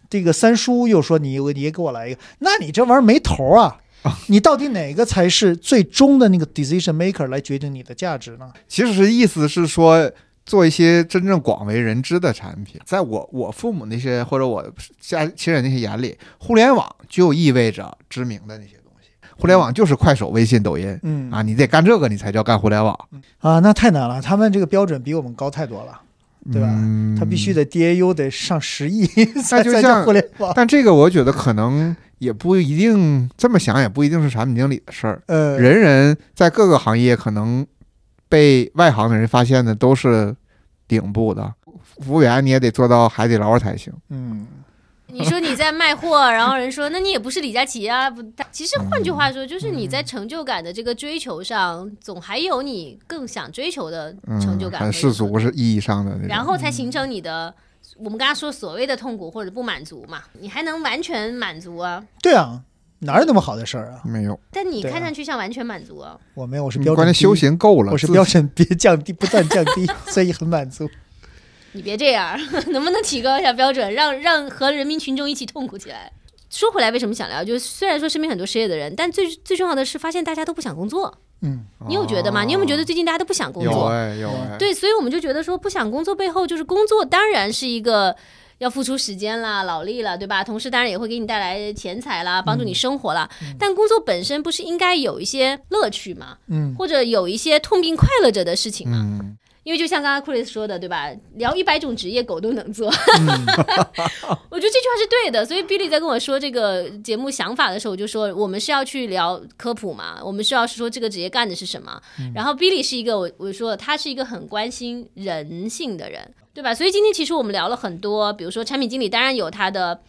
Speaker 1: 这个三叔又说你你也给我来一个，那你这玩意儿没头啊！你到底哪个才是最终的那个 decision maker 来决定你的价值呢？
Speaker 2: 其实是意思是说。做一些真正广为人知的产品，在我我父母那些或者我家亲人那些眼里，互联网就意味着知名的那些东西。互联网就是快手、微信、抖音
Speaker 1: 嗯
Speaker 2: 啊，你得干这个，你才叫干互联网，
Speaker 1: 啊，那太难了，他们这个标准比我们高太多了。对吧
Speaker 2: 嗯
Speaker 1: 他必须得 DAU 得上十亿
Speaker 2: 那
Speaker 1: 才
Speaker 2: 就
Speaker 1: 才
Speaker 2: 像
Speaker 1: 叫互联网。
Speaker 2: 但这个我觉得可能也不一定这么想，也不一定是产品经理的事儿。
Speaker 1: 呃，
Speaker 2: 人人在各个行业可能被外行的人发现的都是顶部的，服务员你也得做到海底捞才行。
Speaker 1: 嗯，
Speaker 3: 你说你在卖货，然后人说那你也不是李佳琦啊，不，他其实换句话说，就是你
Speaker 1: 嗯
Speaker 3: 在成就感的这个追求上，总还有你更想追求的
Speaker 2: 嗯，
Speaker 3: 成就感和
Speaker 2: 很世俗是意义上的那
Speaker 3: 然
Speaker 2: 种。
Speaker 3: 后
Speaker 1: 嗯
Speaker 3: 才形成你的。我们刚刚说所谓的痛苦或者不满足嘛，你还能完全满足啊？
Speaker 1: 对啊，哪有那么好的事儿啊？
Speaker 2: 没有，
Speaker 3: 但你
Speaker 1: 对啊
Speaker 3: 看上去像完全满足啊？
Speaker 1: 我没有，我是
Speaker 2: 嗯
Speaker 1: 标准
Speaker 2: 关键
Speaker 1: 低
Speaker 2: 修行够了，
Speaker 1: 我是
Speaker 2: 自
Speaker 1: 标准别降低，不断降低， 所以很满足。
Speaker 3: 你别这样， 能不能提高一下标准，让让和人民群众一起痛苦起来？说回来，为什么想聊？就是虽然说身边很多失业的人，但最最重要的是发现大家都不想工作。
Speaker 1: 嗯，
Speaker 3: 你有觉得吗？你有没有觉得
Speaker 2: 哦
Speaker 3: 最近大家都不想工
Speaker 2: 有
Speaker 3: 作？
Speaker 2: 哎有哎？
Speaker 3: 对，所以我们就觉得说，不想工作背后就是工作，当然是一个要付出时间啦、劳力啦，对吧？同时，当然也会给你带来钱财啦，帮助你生活啦。但工作本身不是应该有一些乐趣吗？
Speaker 1: 嗯，
Speaker 3: 或者有一些痛并快乐着的事情吗？
Speaker 2: 嗯，
Speaker 3: 因为就像刚刚库里斯说的，对吧？聊一百种职业，狗都能做。 我觉得这句话是对的。所以 Billy 在跟我说这个节目想法的时候，我就说我们是要去聊科普嘛，我们是要说这个职业干的是什么。
Speaker 1: 嗯
Speaker 3: 然后 Billy 是一个我我说他是一个很关心人性的人，对吧？所以今天其实我们聊了很多，比如说产品经理，当然有他的。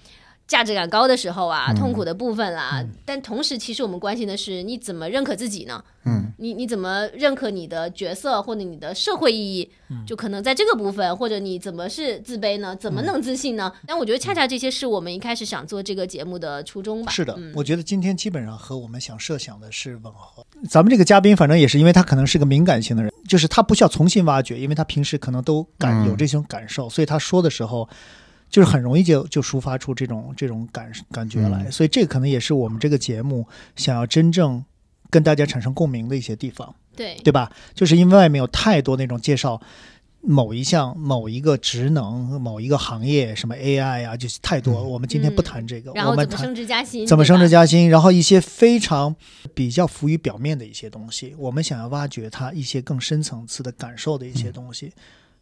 Speaker 3: 价值感高的时候
Speaker 1: 嗯
Speaker 3: 啊，痛苦的部分啦、但同时其实我们关心的是你怎么认可自己呢？
Speaker 1: 嗯
Speaker 3: 你你怎么认可你的角色或者你的社会意义？
Speaker 1: 嗯
Speaker 3: 就可能在这个部分，或者你怎么是自卑呢？怎么能自信呢？但我觉得恰恰这些是我们一开始想做这个节目的初衷吧。
Speaker 1: 嗯是的
Speaker 3: 嗯，
Speaker 1: 我觉得今天基本上和我们想设想的是吻合。咱们这个嘉宾，反正也是因为他可能是个敏感性的人，就是他不需要重新挖掘，因为他平时可能都感
Speaker 2: 嗯
Speaker 1: 有这种感受，所以他说的时候。就是很容易就就抒发出这种这种感感觉来，
Speaker 2: 嗯
Speaker 1: 所以这个可能也是我们这个节目想要真正跟大家产生共鸣的一些地方。
Speaker 3: 对
Speaker 1: 对吧？就是因为外面有太多那种介绍某一项、某一个职能、某一个行业，什么 AI 啊，就是太多。我们今天不谈这个，
Speaker 3: 嗯然
Speaker 1: 我
Speaker 3: 后
Speaker 1: 们
Speaker 3: 怎么
Speaker 1: 谈
Speaker 3: 升职加薪？
Speaker 1: 怎么
Speaker 3: 对
Speaker 1: 升职
Speaker 3: 吧？
Speaker 1: 加薪，然后一些非常比较浮于表面的一些东西，我们想要挖掘它一些更深层次的感受的一些东西。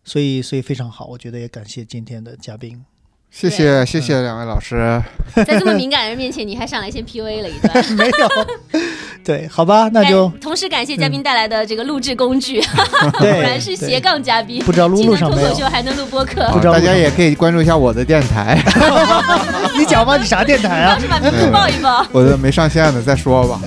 Speaker 1: 所以，所以非常好，我觉得也感谢今天的嘉宾。
Speaker 2: 谢谢谢谢两位老师，
Speaker 3: 在这么敏感的人面前，你还上来先 PUA 了一段。
Speaker 1: 没有，对，好吧， 那 就
Speaker 3: 但同时感谢嘉宾带来的这个录制工具，
Speaker 1: 对，
Speaker 3: 果然是斜
Speaker 1: 对
Speaker 3: 杠嘉宾，
Speaker 1: 不知道录
Speaker 3: 既
Speaker 1: 路
Speaker 3: 能
Speaker 1: 上
Speaker 3: 脱
Speaker 1: 没
Speaker 3: 口秀
Speaker 1: 有？
Speaker 3: 还能录播客。
Speaker 1: 不
Speaker 2: 好
Speaker 1: 知道为
Speaker 2: 大
Speaker 1: 什
Speaker 2: 家
Speaker 1: 么
Speaker 2: 也可以关注一下我的电 台，
Speaker 1: 你讲吧，你啥电台啊
Speaker 3: 倒？是把名字报一报。
Speaker 2: 我的没上线的再说吧。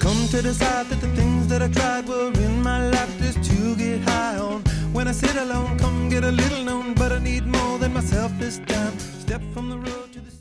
Speaker 4: Come to decide that the things that I tried were in my life just to get high on. When I sit alone, come get a little known, but I need more than myself this time. Step from the road to the sea.